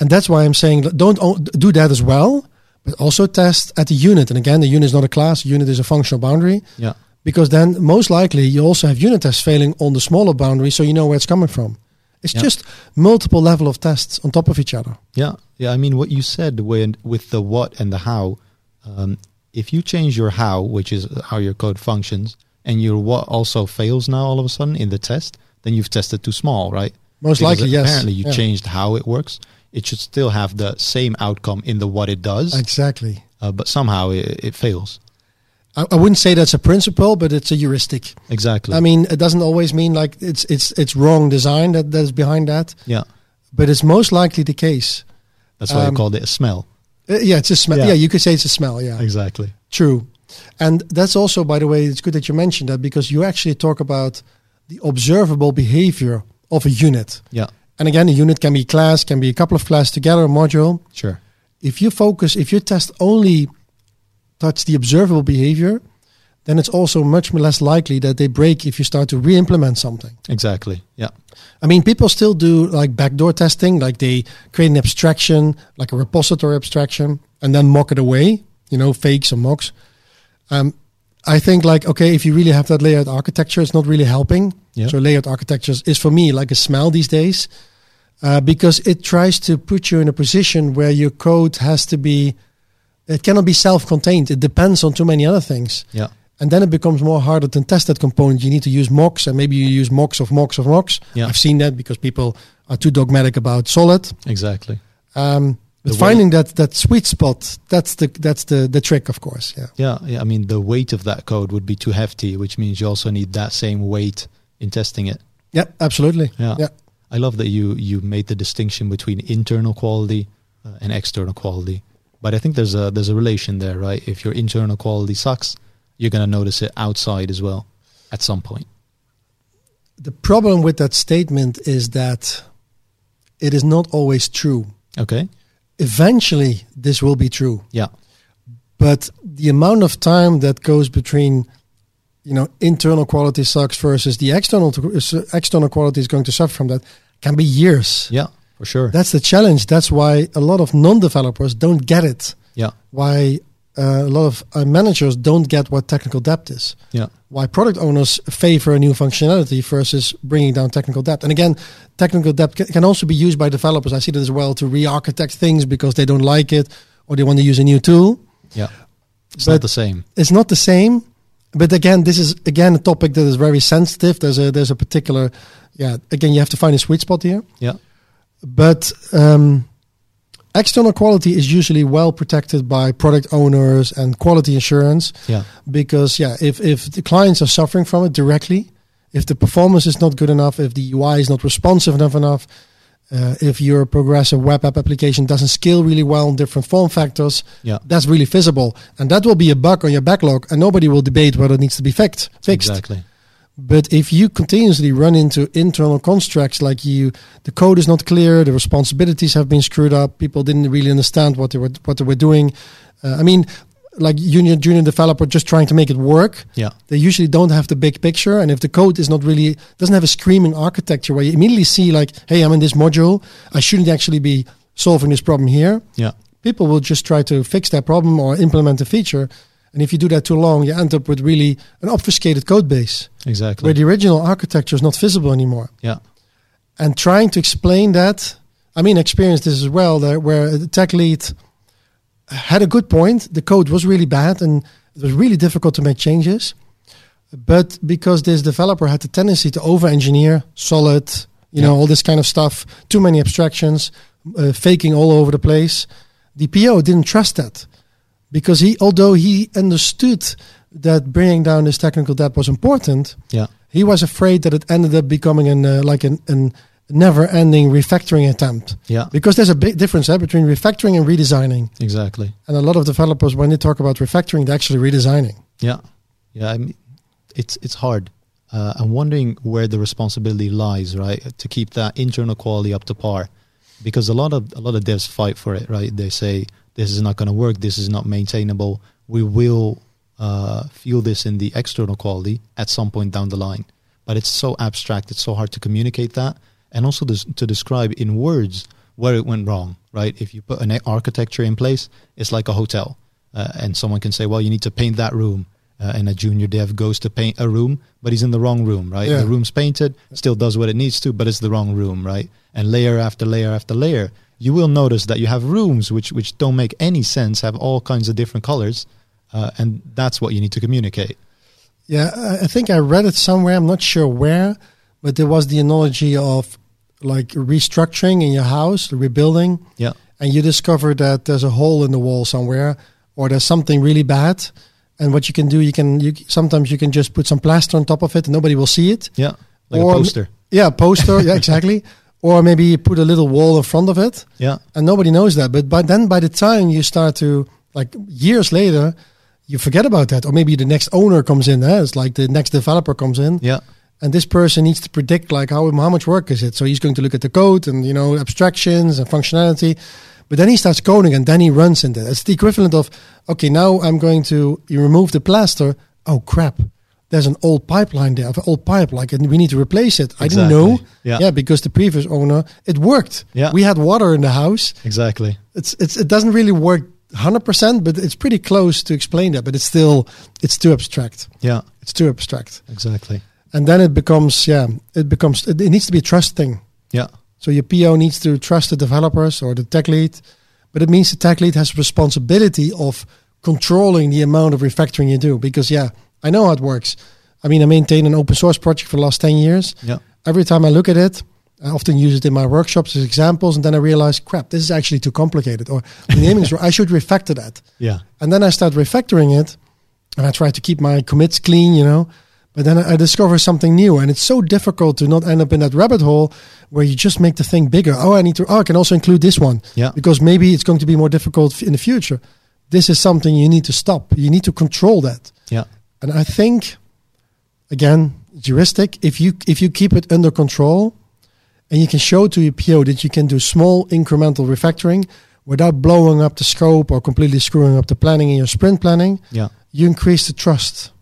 C: and that's why I'm saying that don't o- do that as well, but also test at the unit. And again, the unit is not a class; the unit is a functional boundary.
A: Yeah.
C: Because then, most likely, you also have unit tests failing on the smaller boundary, so you know where it's coming from. It's
A: Yeah.
C: just multiple level of tests on top of each other.
A: Yeah, yeah. I mean, what you said when with the what and the how, um, if you change your how, which is how your code functions, and your what also fails now all of a sudden in the test, then you've tested too small, right?
C: Most likely, yes.
A: Apparently, you
C: Yeah.
A: changed how it works. It should still have the same outcome in the what it does,
C: Exactly.
A: uh, but somehow it, it fails.
C: I, I wouldn't say that's a principle, but it's a heuristic.
A: Exactly.
C: I mean, it doesn't always mean like it's it's it's wrong design that, that is behind that,
A: yeah,
C: but it's most likely the case.
A: that's why
C: um,
A: I called it a smell.
C: Uh, yeah, it's a smell.
A: Yeah.
C: Yeah. you could say it's a smell. Yeah,
A: Exactly.
C: True. And that's also, by the way, it's good that you mentioned that because you actually talk about the observable behavior of a unit.
A: Yeah.
C: And again, a unit can be a class, can be a couple of classes together, a module.
A: Sure.
C: If you focus, if you test only touch the observable behavior, then it's also much less likely that they break if you start to re-implement something.
A: Exactly. Yeah.
C: I mean, people still do like backdoor testing, like they create an abstraction, like a repository abstraction, and then mock it away, you know, fakes or mocks. Um, I think like, okay, if you really have that layered architecture, it's not really helping.
A: Yeah.
C: So layered architectures is for me like a smell these days uh, because it tries to put you in a position where your code has to be, it cannot be self-contained. It depends on too many other things.
A: Yeah.
C: And then it becomes more harder to test that component. You need to use mocks, and maybe you use mocks of mocks of mocks.
A: Yeah.
C: I've seen that because people are too dogmatic about solid.
A: Exactly.
C: Um,
A: The
C: but
A: way-
C: finding that that sweet spot, that's the that's the the trick, of course. Yeah.
A: Yeah, yeah. I mean, the weight of that code would be too hefty, which means you also need that same weight in testing it.
C: Yeah, absolutely.
A: Yeah.
C: Yeah.
A: I love that you you made the distinction between internal quality uh, and external quality. But I think there's a there's a relation there, right? If your internal quality sucks, you're going to notice it outside as well at some point.
C: The problem with that statement is that it is not always true.
A: Okay?
C: Eventually, this will be true.
A: Yeah.
C: but the amount of time that goes between you know internal quality sucks versus the external to, external quality is going to suffer from that can be years
A: Yeah, for sure.
C: that's the challenge that's why a lot of non-developers don't get it
A: yeah.
C: why uh, a lot of uh, managers don't get what technical debt is.
A: Yeah.
C: Why product owners favor a new functionality versus bringing down technical debt. And again, technical debt ca- can also be used by developers. I see that as well to re-architect things because they don't like it or they want to use a new tool.
A: Yeah. It's
C: But-
A: not the same.
C: It's not the same, but again, this is again a topic that is very sensitive. There's a there's a particular, yeah. Again, you have to find a sweet spot here.
A: Yeah.
C: but um, external quality is usually well protected by product owners and quality insurance
A: Yeah.
C: because yeah if, if the clients are suffering from it directly if the performance is not good enough if the ui is not responsive enough enough uh, if your progressive web app application doesn't scale really well in different form factors
A: Yeah.
C: that's really visible and that will be a bug on your backlog and nobody will debate whether it needs to be fixed fixed
A: Exactly.
C: but if you continuously run into internal constructs like you, the code is not clear, the responsibilities have been screwed up, people didn't really understand what they were what they were doing. Uh, I mean, like junior junior developer just trying to make it work.
A: Yeah.
C: They usually don't have the big picture, and if the code is not really doesn't have a screaming architecture where you immediately see like, hey, I'm in this module, I shouldn't actually be solving this problem here.
A: Yeah.
C: People will just try to fix that problem or implement a feature, and if you do that too long, you end up with really an obfuscated code base
A: Exactly.
C: where the original architecture is not visible anymore.
A: Yeah.
C: And trying to explain that, I mean, experienced this as well, that where the tech lead had a good point. The code was really bad and it was really difficult to make changes. But because this developer had the tendency to over engineer solid, you know,
A: Yeah.
C: all this kind of stuff, too many abstractions, uh, faking all over the place, the PO didn't trust that because he, although he understood that bringing down this technical debt was important,
A: Yeah.
C: he was afraid that it ended up becoming an uh, like an, an never-ending refactoring attempt
A: Yeah.
C: because there's a big difference eh, between refactoring and redesigning
A: Exactly.
C: and a lot of developers when they talk about refactoring they're actually redesigning
A: Yeah. Yeah. I mean, it's it's hard. Uh, I'm wondering where the responsibility lies, right, to keep that internal quality up to par, because a lot of a lot of devs fight for it, right? They say this is not going to work, this is not maintainable. We will uh, feel this in the external quality at some point down the line, but it's so abstract, it's so hard to communicate that, and also des- to describe in words where it went wrong, right? If you put an architecture in place, it's like a hotel, uh, and someone can say, well, you need to paint that room. Uh, and a junior dev goes to paint a room, but he's in the wrong room, right?
C: Yeah.
A: The room's painted, still does what it needs to, but it's the wrong room, right? And layer after layer after layer, you will notice that you have rooms which which don't make any sense, have all kinds of different colors, uh, and that's what you need to communicate.
C: yeah I, I think i read it somewhere i'm not sure where but there was the analogy of like restructuring in your house rebuilding
A: Yeah,
C: and you discover that there's a hole in the wall somewhere or there's something really bad and what you can do you can you sometimes you can just put some plaster on top of it and nobody will see it
A: yeah, like
C: Or-
A: a poster.
C: yeah poster yeah exactly or maybe you put a little wall in front of it
A: Yeah,
C: and nobody knows that but by then by the time you start to like years later you forget about that or maybe the next owner comes in eh? it's like the next developer comes in
A: yeah,
C: and this person needs to predict like how how much work is it. So he's going to look at the code and you know abstractions and functionality, but then he starts coding and then he runs into it. It's the equivalent of okay, now I'm going to you remove the plaster. Oh crap! There's an old pipeline there, an old pipe, like and we need to replace it. I didn't know.
A: Exactly. Yeah.
C: because the previous owner it worked.
A: Yeah.
C: we had water in the house.
A: exactly.
C: It's it's it doesn't really work. 100% but it's pretty close to explain that but it's still it's too abstract
A: Yeah,
C: it's too abstract
A: exactly.
C: and then it becomes yeah it becomes it, it needs to be a trust thing
A: Yeah,
C: so your po needs to trust the developers or the tech lead but it means the tech lead has responsibility of controlling the amount of refactoring you do because yeah i know how it works i mean i maintain an open source project for the last 10 years
A: yeah,
C: every time i look at it i often use it in my workshops as examples and then i realize crap this is actually too complicated or the naming is wrong i should refactor that
A: yeah,
C: and then I start refactoring it, and I try to keep my commits clean, you know. But then I I discover something new, and it's so difficult to not end up in that rabbit hole where you just make the thing bigger. Oh, I need to. Oh, I can also include this one
A: yeah,
C: because maybe it's going to be more difficult f- in the future. This is something you need to stop. You need to control that.
A: yeah,
C: And I think, again, heuristic. If you if you keep it under control, and you can show to your PO that you can do small incremental refactoring without blowing up the scope or completely screwing up the planning in your sprint planning,
A: yeah,
C: you increase the trust,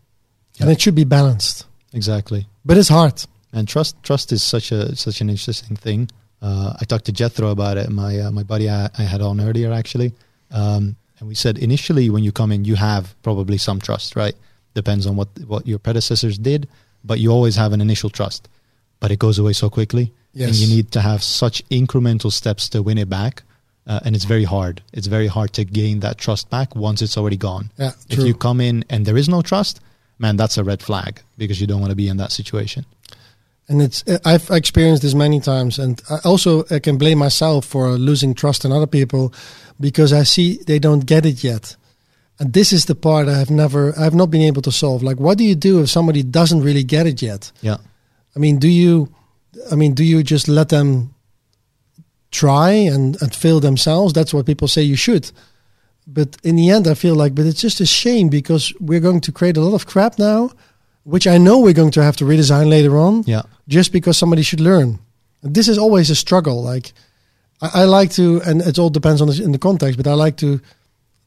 C: and
A: Yeah.
C: it should be balanced.
A: exactly.
C: But it's hard.
A: And trust trust is such a such an interesting thing. Uh, I talked to Jethro about it, my uh, my buddy I, I had on earlier actually, um, And we said initially, when you come in, you have probably some trust, right? Depends on what what your predecessors did, but you always have an initial trust. But it goes away so quickly, and
C: Yes.
A: you need to have such incremental steps to win it back. Uh, and it's very hard. It's very hard to gain that trust back once it's already gone.
C: Yeah,
A: if
C: true.
A: you come in and there is no trust, man, that's a red flag because you don't want to be in that situation.
C: And it's uh, I've experienced this many times, and I also I can blame myself for losing trust in other people because I see they don't get it yet. And this is the part I have never, I have not been able to solve. Like, what do you do if somebody doesn't really get it yet?
A: Yeah.
C: I mean, do you, I mean, do you just let them try and, and fail themselves? That's what people say you should. But in the end, I feel like, but it's just a shame because we're going to create a lot of crap now, which I know we're going to have to redesign later on
A: Yeah.
C: just because somebody should learn. And this is always a struggle. Like I, I like to, and it all depends on the, in the context, but I like to,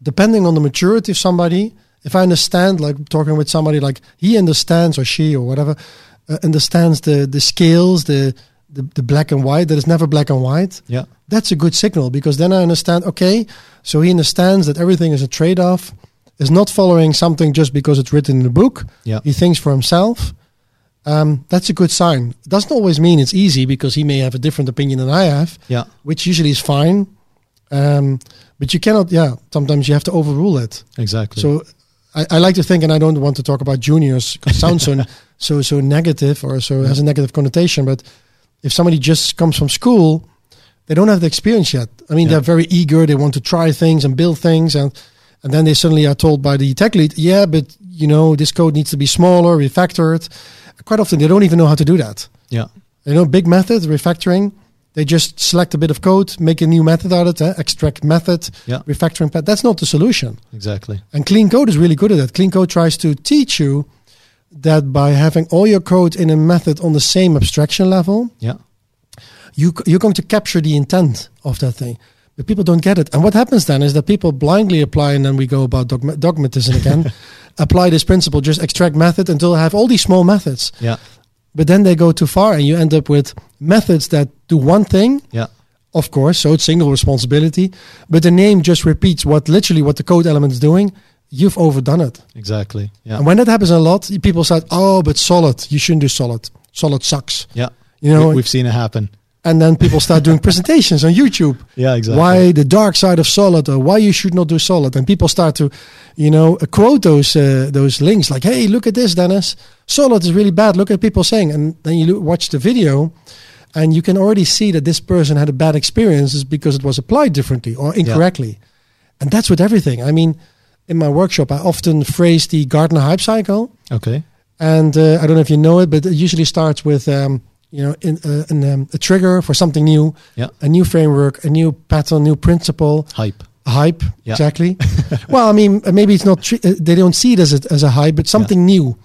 C: depending on the maturity of somebody, if I understand, like talking with somebody, like he understands or she or whatever, uh, understands the the scales, the, the the black and white. That is never black and white
A: Yeah.
C: that's a good signal because then I understand, okay, so he understands that everything is a trade off, is not following something just because it's written in the book.
A: Yeah.
C: He thinks for himself. Um, that's a good sign. Doesn't always mean it's easy because he may have a different opinion than I have,
A: Yeah.
C: which usually is fine. Um, but you cannot, yeah, sometimes you have to overrule it.
A: Exactly.
C: So I, I like to think, and I don't want to talk about juniors 'cause it sounds so, so so negative or so has a negative connotation. But if somebody just comes from school, they don't have the experience yet. I mean,
A: Yeah.
C: they're very eager. They want to try things and build things, and and then they suddenly are told by the tech lead, "Yeah, but you know, this code needs to be smaller, refactored." Quite often, they don't even know how to do that.
A: yeah.
C: You know, big method refactoring. They just select a bit of code, make a new method out of it, eh, extract method,
A: Yeah.
C: refactoring. pa- That's not the solution.
A: Exactly.
C: And Clean Code is really good at that. Clean Code tries to teach you that by having all your code in a method on the same abstraction level,
A: Yeah.
C: you, c- you're going to capture the intent of that thing. But people don't get it. And what happens then is that people blindly apply, and then we go about dogma- dogmatism again. apply this principle, just extract method until I have all these small methods.
A: Yeah.
C: But then they go too far, and you end up with methods that do one thing,
A: Yeah.
C: of course, so it's single responsibility. But the name just repeats what literally what the code element is doing. You've overdone it.
A: Exactly. Yeah.
C: And when that happens a lot, people said, "Oh, but solid, you shouldn't do solid. Solid sucks."
A: Yeah.
C: You know,
A: we, have seen it happen.
C: and then people start doing presentations on YouTube.
A: Yeah, exactly.
C: Why the dark side of solid, or why you should not do solid, and people start to, you know, uh, quote those uh, those links like, "Hey, look at this, Dennis. Solid is really bad. Look at people saying." And then you lo- watch the video, and you can already see that this person had a bad experience is because it was applied differently or incorrectly, and that's with everything. I mean, in my workshop, I often phrase the Gardner hype cycle
A: Okay.
C: and uh, I don't know if you know it, but it usually starts with um, you know in, uh, an, um, a trigger for something new,
A: Yeah.
C: a new framework, a new pattern, new principle,
A: Hype.
C: hype.
A: Yeah.
C: Exactly. well, I mean, uh, maybe it's not tre- uh, they don't see it as a, as a hype, but something new.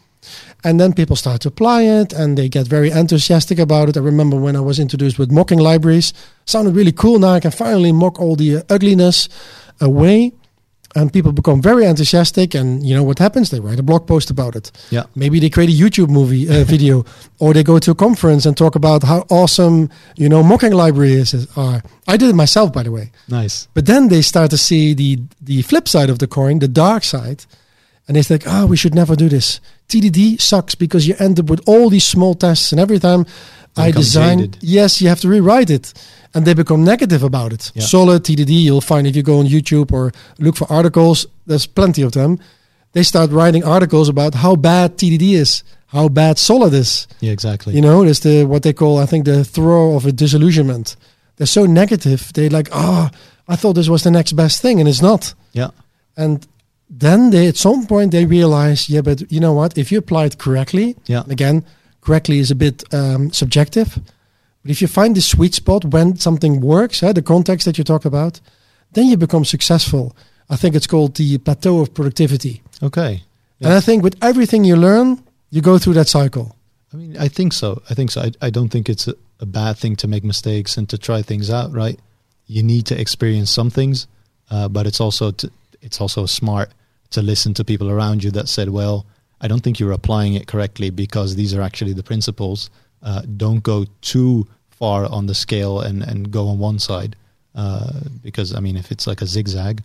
C: And then people start to apply it, and they get very enthusiastic about it. I remember when I was introduced with mocking libraries, sounded really cool. Now I can finally mock all the uh, ugliness away, and people become very enthusiastic. And you know what happens? They write a blog post about it.
A: Yeah.
C: Maybe they create a YouTube movie uh, video, or they go to a conference and talk about how awesome you know mocking libraries is- are. I did it myself, by the way.
A: Nice.
C: But then they start to see the the flip side of the coin, the dark side, and they think, "Ah, we should never do this." TDD sucks because you end up with all these small tests, and every time I
A: Become
C: design,
A: jaded.
C: yes, you have to rewrite it, and they become negative about it.
A: Yeah.
C: Solid TDD, you'll find if you go on YouTube or look for articles, there's plenty of them. They start writing articles about how bad TDD is, how bad solid is.
A: Yeah, exactly.
C: You know, it's the what they call, I think, the throw of a disillusionment. They're so negative. They like, ah, I thought this was the next best thing, and it's not.
A: yeah.
C: And then they, at some point, they realize, yeah, but you know what? If you apply it correctly,
A: Yeah.
C: again, correctly is a bit um, subjective. But if you find the sweet spot when something works, eh, the context that you talk about, then you become successful. I think it's called the plateau of productivity.
A: Okay. Yeah.
C: And I think with everything you learn, you go through that cycle.
A: I mean, I think so. I think so. I, I don't think it's a, a bad thing to make mistakes and to try things out, right? You need to experience some things, uh, but it's also to, it's also smart to listen to people around you that said, "Well, I don't think you're applying it correctly because these are actually the principles. Uh, don't go too far on the scale and and go on one side uh, because I mean, if it's like a zigzag,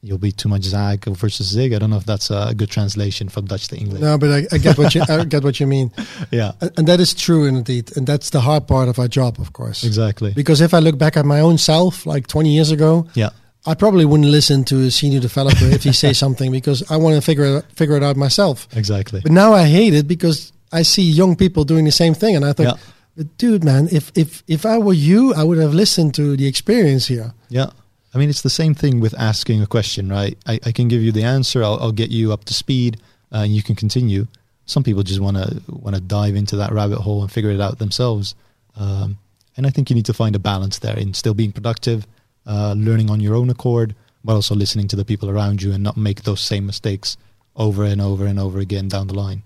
A: you'll be too much Zag versus Zig. I don't know if that's a good translation from Dutch to English.
C: No, but I, I get what you I get what you mean,
A: Yeah,
C: and, and that is true indeed, and that's the hard part of our job, of course.
A: exactly.
C: Because if I look back at my own self, like 20 years ago,
A: Yeah,
C: I probably wouldn't listen to a senior developer if he says something because I want to figure it, figure it out myself.
A: exactly.
C: But now I hate it because I see young people doing the same thing, and I think,
A: Yeah.
C: but dude, man, if if if I were you, I would have listened to the experience here.
A: Yeah. I mean, it's the same thing with asking a question, right? I, I can give you the answer. I'll, I'll get you up to speed uh, and you can continue. Some people just want to want to dive into that rabbit hole and figure it out themselves. Um, and I think you need to find a balance there in still being productive, uh, learning on your own accord, but also listening to the people around you and not make those same mistakes over and over and over again down the line.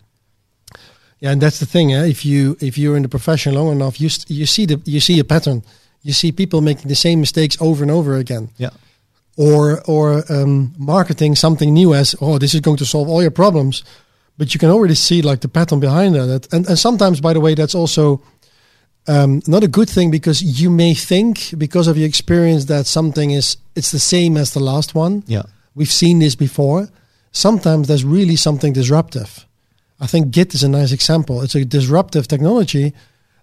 C: Yeah, and that's the thing. Eh? If you if you're in the profession long enough, you st- you see the you see a pattern. You see people making the same mistakes over and over again,
A: Yeah.
C: or or um, marketing something new as oh this is going to solve all your problems, but you can already see like the pattern behind that. that. And and sometimes, by the way, that's also um, not a good thing because you may think because of your experience that something is it's the same as the last one,
A: Yeah.
C: we've seen this before. Sometimes there's really something disruptive. I think Git is a nice example. It's a disruptive technology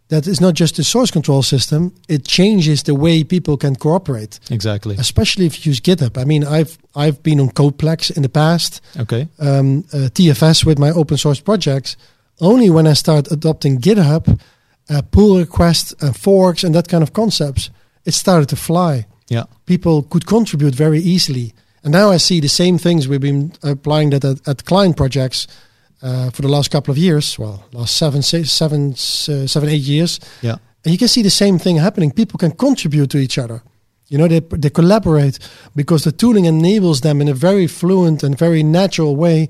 C: that is not just a source control system, it changes the way people can cooperate,
A: Exactly.
C: especially if you use GitHub. I mean, I've, I've been on Codeplex in the past,
A: Okay.
C: um, uh, TFS with my open source projects. Only when I start adopting GitHub, uh, pull requests and forks and that kind of concepts, it started to fly
A: Yeah.
C: people could contribute very easily. And now I see the same things we've been applying that at, at client projects uh, for the last couple of years, well, last seven, six, seven, s- uh, seven, eight years.
A: Yeah.
C: And you can see the same thing happening. People can contribute to each other. You know, they, they collaborate because the tooling enables them in a very fluent and very natural way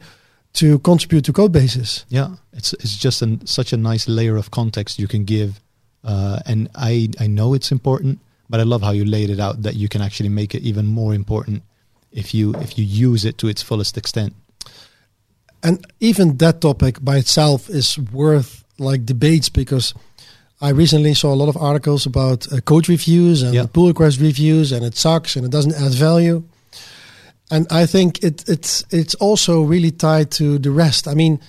C: to contribute to code bases.
A: Yeah, it's it's just an, such a nice layer of context you can give, uh, and I I know it's important, but I love how you laid it out that you can actually make it even more important if you if you use it to its fullest extent.
C: and even that topic by itself is worth like debates because I recently saw a lot of articles about uh, code reviews and
A: Yeah.
C: pull request reviews, and it sucks and it doesn't add value. And I think it, it's it's also really tied to the rest. I mean,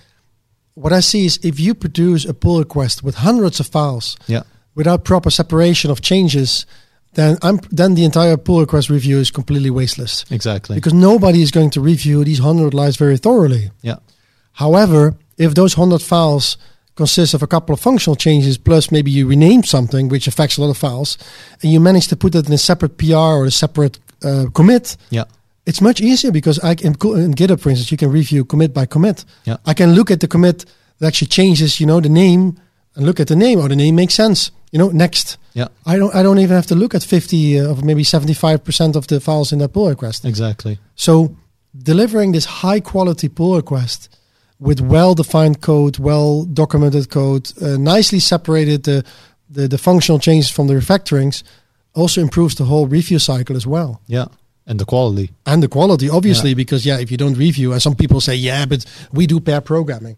C: what I see is if you produce a pull request with hundreds of files
A: Yeah,
C: without proper separation of changes, then I'm then the entire pull request review is completely wasteless
A: exactly.
C: because nobody is going to review these hundred lines very thoroughly.
A: yeah,
C: However, if those 100 files consist of a couple of functional changes, plus maybe you rename something, which affects a lot of files, and you manage to put that in a separate PR or a separate uh, commit,
A: yeah,
C: it's much easier because I can, co- in GitHub, for instance, you can review commit by commit.
A: Yeah.
C: I can look at the commit that actually changes, you know, the name and look at the name. Oh, the name makes sense. You know, next.
A: yeah,
C: I don't, I don't even have to look at 50 uh, of maybe 75% of the files in that pull request.
A: exactly.
C: So delivering this high quality pull request with well defined code, well documented code, uh, nicely separated the, the the functional changes from the refactorings also improves the whole review cycle as well
A: Yeah, and the quality.
C: and the quality obviously because yeah if you don't review and some people say yeah but we do pair programming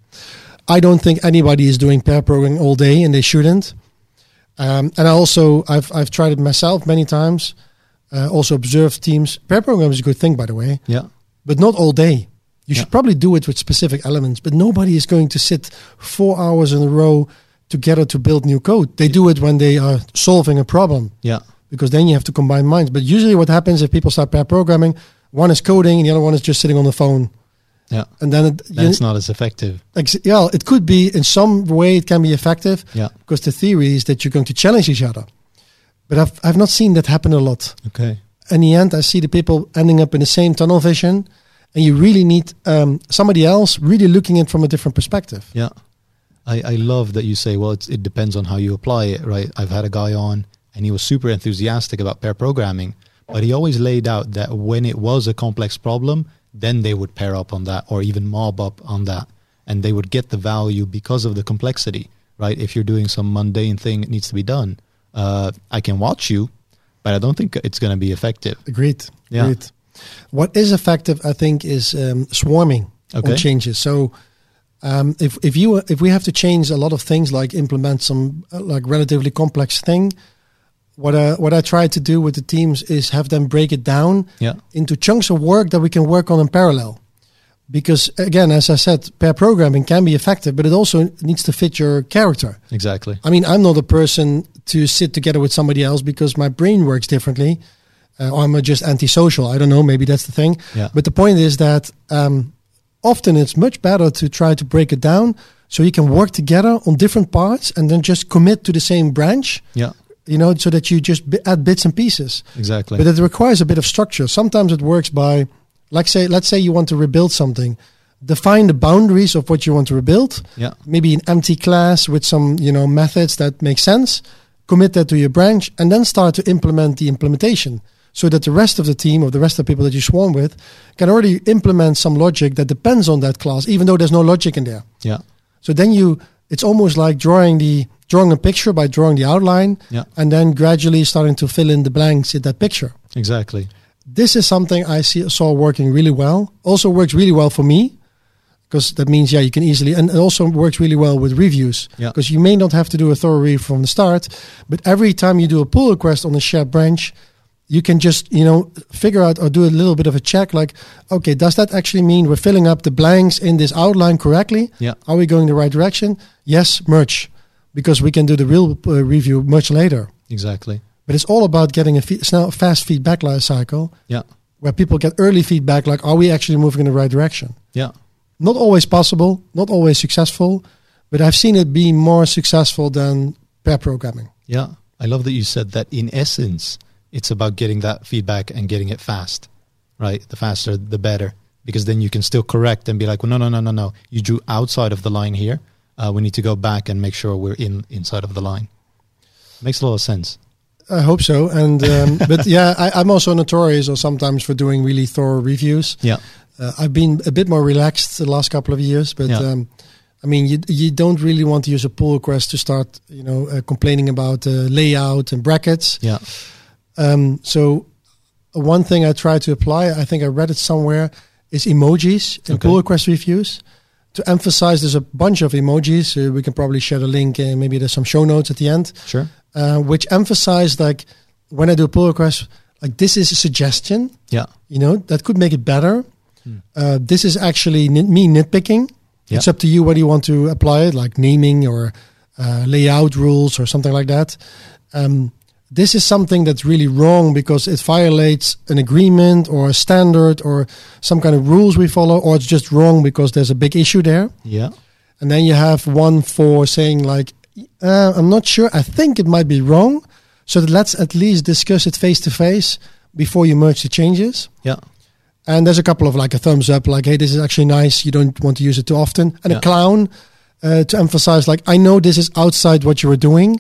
C: i don't think anybody is doing pair programming all day and they shouldn't um, and i also I've, I've tried it myself many times uh, also observed teams pair programming is a good thing by the way
A: Yeah,
C: but not all day. You
A: Yeah.
C: should probably do it with specific elements, but nobody is going to sit four hours in a row together to build new code. They do it when they are solving a problem
A: yeah,
C: because then you have to combine minds. But usually, what happens if people start pair programming, one is coding and the other one is just sitting on the phone.
A: yeah.
C: And then, it,
A: Then
C: you-
A: it's not as effective.
C: ex- yeah, it could be in some way it can be effective
A: Yeah.
C: because the theory is that you're going to challenge each other. But I've, I've not seen that happen a lot
A: Okay.
C: in the end, I see the people ending up in the same tunnel vision, and you really need um, somebody else really looking at it from a different perspective.
A: Yeah. I, I love that you say, well, it's, it depends on how you apply it, right? I've had a guy on and he was super enthusiastic about pair programming, but he always laid out that when it was a complex problem, then they would pair up on that or even mob up on that. And they would get the value because of the complexity, right? If you're doing some mundane thing, it needs to be done. Uh, I can watch you, but I don't think it's going to be effective.
C: Agreed.
A: Yeah.
C: Agreed. What is effective, I think, is um, swarming
A: Okay.
C: on changes. So, um, if if you if we have to change a lot of things, like implement some uh, like relatively complex thing, what I, what I try to do with the teams is have them break it down
A: Yeah.
C: into chunks of work that we can work on in parallel. Because again, as I said, pair programming can be effective, but it also needs to fit your character.
A: Exactly.
C: I mean, I'm not a person to sit together with somebody else because my brain works differently, uh, or I'm just antisocial. I don't know. Maybe that's the thing.
A: Yeah.
C: But the point is that um, often it's much better to try to break it down so you can work together on different parts and then just commit to the same branch.
A: Yeah.
C: You know, so that you just bi- add bits and pieces.
A: Exactly.
C: But it requires a bit of structure. Sometimes it works by, like say, let's say you want to rebuild something, define the boundaries of what you want to rebuild.
A: Yeah.
C: Maybe an empty class with some you know methods that make sense. Commit that to your branch, and then start to implement the implementation, so that the rest of the team or the rest of the people that you swarm with can already implement some logic that depends on that class, even though there's no logic in there.
A: Yeah.
C: So then you, it's almost like drawing the drawing a picture by drawing the outline,
A: Yeah.
C: and then gradually starting to fill in the blanks in that picture
A: Exactly.
C: this is something I see, saw working really well. Also works really well for me because that means yeah you can easily and it also works really well with reviews
A: Yeah.
C: because you may not have to do a thorough review from the start, but every time you do a pull request on a shared branch, you can just you know figure out or do a little bit of a check like okay does that actually mean we're filling up the blanks in this outline correctly?
A: Yeah.
C: Are we going the right direction? Yes, merge because we can do the real uh, review much later.
A: Exactly.
C: But it's all about getting a fe- snel- fast feedback li- cycle
A: Yeah.
C: where people get early feedback like are we actually moving in the right direction
A: Yeah.
C: not always possible not always successful but i've seen it be more successful than pair programming
A: Yeah. I love that you said that in essence, it's about getting that feedback and getting it fast, right? The faster, the better, because then you can still correct and be like, well, no, no, no, no, no. You drew outside of the line here. Uh, we need to go back and make sure we're in inside of the line. Makes a lot of sense.
C: i hope so and um, but yeah I, i'm also notorious or sometimes for doing really thorough reviews
A: Yeah.
C: uh, i've been a bit more relaxed the last couple of years but
A: Yeah.
C: um, i mean you, you don't really want to use a pull request to start you know uh, complaining about uh, layout and brackets
A: Yeah.
C: Um, so one thing I try to apply, I think I read it somewhere, is emojis in
A: Okay.
C: pull request reviews. To emphasize, there's a bunch of emojis. Uh, we can probably share the link, and maybe there's some show notes at the end,
A: Sure.
C: uh, which emphasize like when I do a pull request, like this is a suggestion.
A: Yeah.
C: You know that could make it better. Uh, this is actually nit- me nitpicking.
A: Yeah.
C: It's up to you whether you want to apply it, like naming or uh, layout rules or something like that. Um, this is something that's really wrong because it violates an agreement or a standard or some kind of rules we follow, or it's just wrong because there's a big issue there.
A: Yeah.
C: And then you have one for saying like, uh, I'm not sure. I think it might be wrong. So that let's at least discuss it face to face before you merge the changes.
A: Yeah.
C: And there's a couple of like a thumbs up, like, hey, this is actually nice. You don't want to use it too often. And
A: Yeah.
C: a clown uh, to emphasize, like, I know this is outside what you were doing,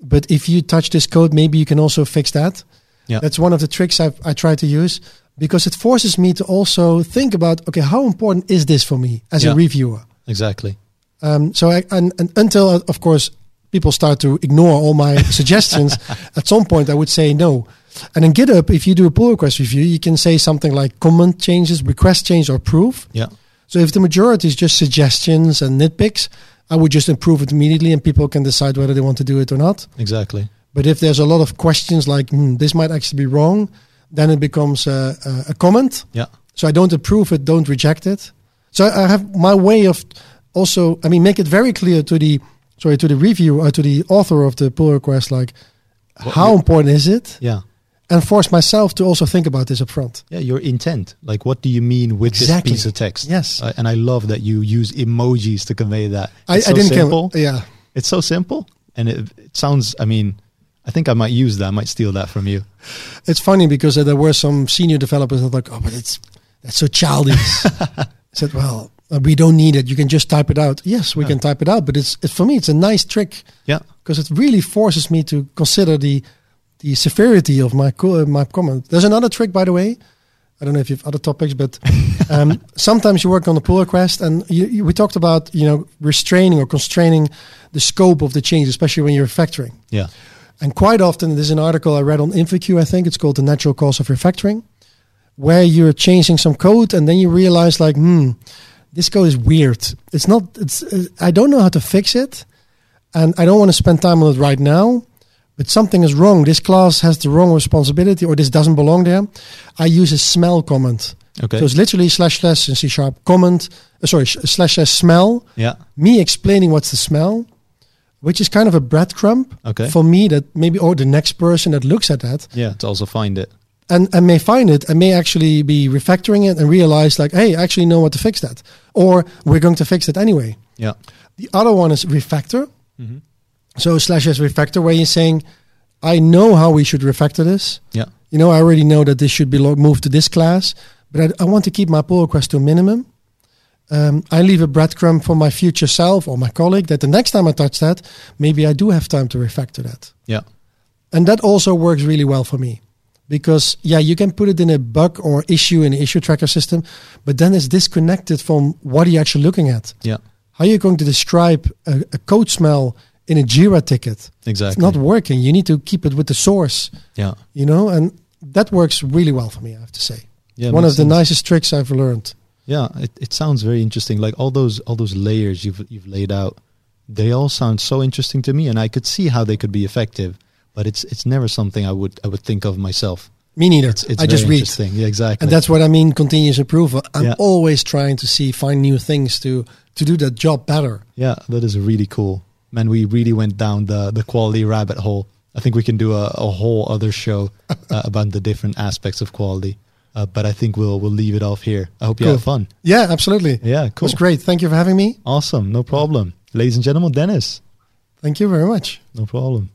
C: but if you touch this code, maybe you can also fix that.
A: Yeah.
C: That's one of the tricks I've, I try to use because it forces me to also think about, okay, how important is this for me as
A: Yeah.
C: a reviewer?
A: Exactly.
C: Um, so, I, and, and until, uh, of course, people start to ignore all my suggestions, at some point I would say no. And in GitHub, if you do a pull request review, you can say something like comment changes, request change, or approve.
A: Yeah.
C: So if the majority is just suggestions and nitpicks, I would just improve it immediately and people can decide whether they want to do it or not.
A: Exactly.
C: But if there's a lot of questions like, hmm, this might actually be wrong, then it becomes a, a, a comment.
A: Yeah.
C: So I don't approve it, don't reject it. So I I have my way of also, I mean, make it very clear to the, sorry, to the review or to the author of the pull request, like, how important is it?
A: Yeah.
C: And force myself to also think about this up front.
A: Yeah, your intent. Like, what do you mean with
C: Exactly.
A: this piece of text?
C: Yes.
A: Uh, and I love that you use emojis to convey that.
C: I,
A: It's so
C: I didn't
A: simple.
C: care. Yeah.
A: It's so simple, and it, it sounds. I mean, I think I might use that. I might steal that from you.
C: It's funny because uh, there were some senior developers that like, oh, but it's that's so childish. I said, well, uh, we don't need it. You can just type it out. Yes, we can type it out, but it's it, for me, it's a nice trick
A: Yeah.
C: because it really forces me to consider the the severity of my co- uh, my comment. There's another trick, by the way. I don't know if you have other topics, but um, sometimes you work on a pull request, and you, you, we talked about you know restraining or constraining the scope of the change, especially when you're factoring.
A: Yeah.
C: And quite often, there's an article I read on InfoQ, I think it's called The Natural Cause of Refactoring, where you're changing some code and then you realize, like, hmm, this code is weird. It's not, it's, uh, I don't know how to fix it. And I don't want to spend time on it right now. but something is wrong. This class has the wrong responsibility, or this doesn't belong there. I use a smell comment.
A: Okay.
C: So it's literally slash slash in C sharp comment. Uh, sorry, sh- slash slash smell.
A: yeah.
C: Me explaining what's the smell, which is kind of a breadcrumb
A: Okay.
C: for me that maybe or the next person that looks at that
A: Yeah. To also find it.
C: and, and may find it and may actually be refactoring it and realize like, hey, I actually know what to fix that, or we're going to fix it anyway.
A: Yeah.
C: The other one is refactor. So slash slash refactor, where you're saying, I know how we should refactor this.
A: Yeah.
C: You know, I already know that this should be lo- moved to this class, but I, I want to keep my pull request to a minimum. Um, I leave a breadcrumb for my future self or my colleague that the next time I touch that, maybe I do have time to refactor that.
A: Yeah.
C: And that also works really well for me because, yeah, you can put it in a bug or issue in the issue tracker system, but then it's disconnected from what are you actually looking at.
A: Yeah.
C: How are you going to describe a, a code smell in a JIRA ticket? It's
A: Exactly.
C: not working. You need to keep it with the source,
A: yeah.
C: you know, and that works really well for me, I have to say.
A: Yeah.
C: One of
A: makes
C: the
A: sense.
C: nicest tricks I've learned.
A: Yeah, it, it sounds very interesting. Like all those all those layers you've you've laid out, they all sound so interesting to me, and I could see how they could be effective. But it's it's never something I would I would think of myself.
C: Me neither.
A: It's, it's
C: I just
A: very
C: read.
A: interesting. Yeah, exactly.
C: And that's what I mean continuous improvement. I'm
A: Yeah.
C: always trying to see, find new things to, to do that job better.
A: yeah, that is really cool. Man, we really went down the the quality rabbit hole. I think we can do a, a whole other show uh, about the different aspects of quality. Uh, but I think we'll we'll leave it off here. I hope you
C: Cool.
A: have fun.
C: Yeah, absolutely.
A: Yeah,
C: It
A: cool.
C: was great. Thank you for having me.
A: Awesome. No problem. Ladies and gentlemen, Dennis.
C: Thank you very much.
A: No problem.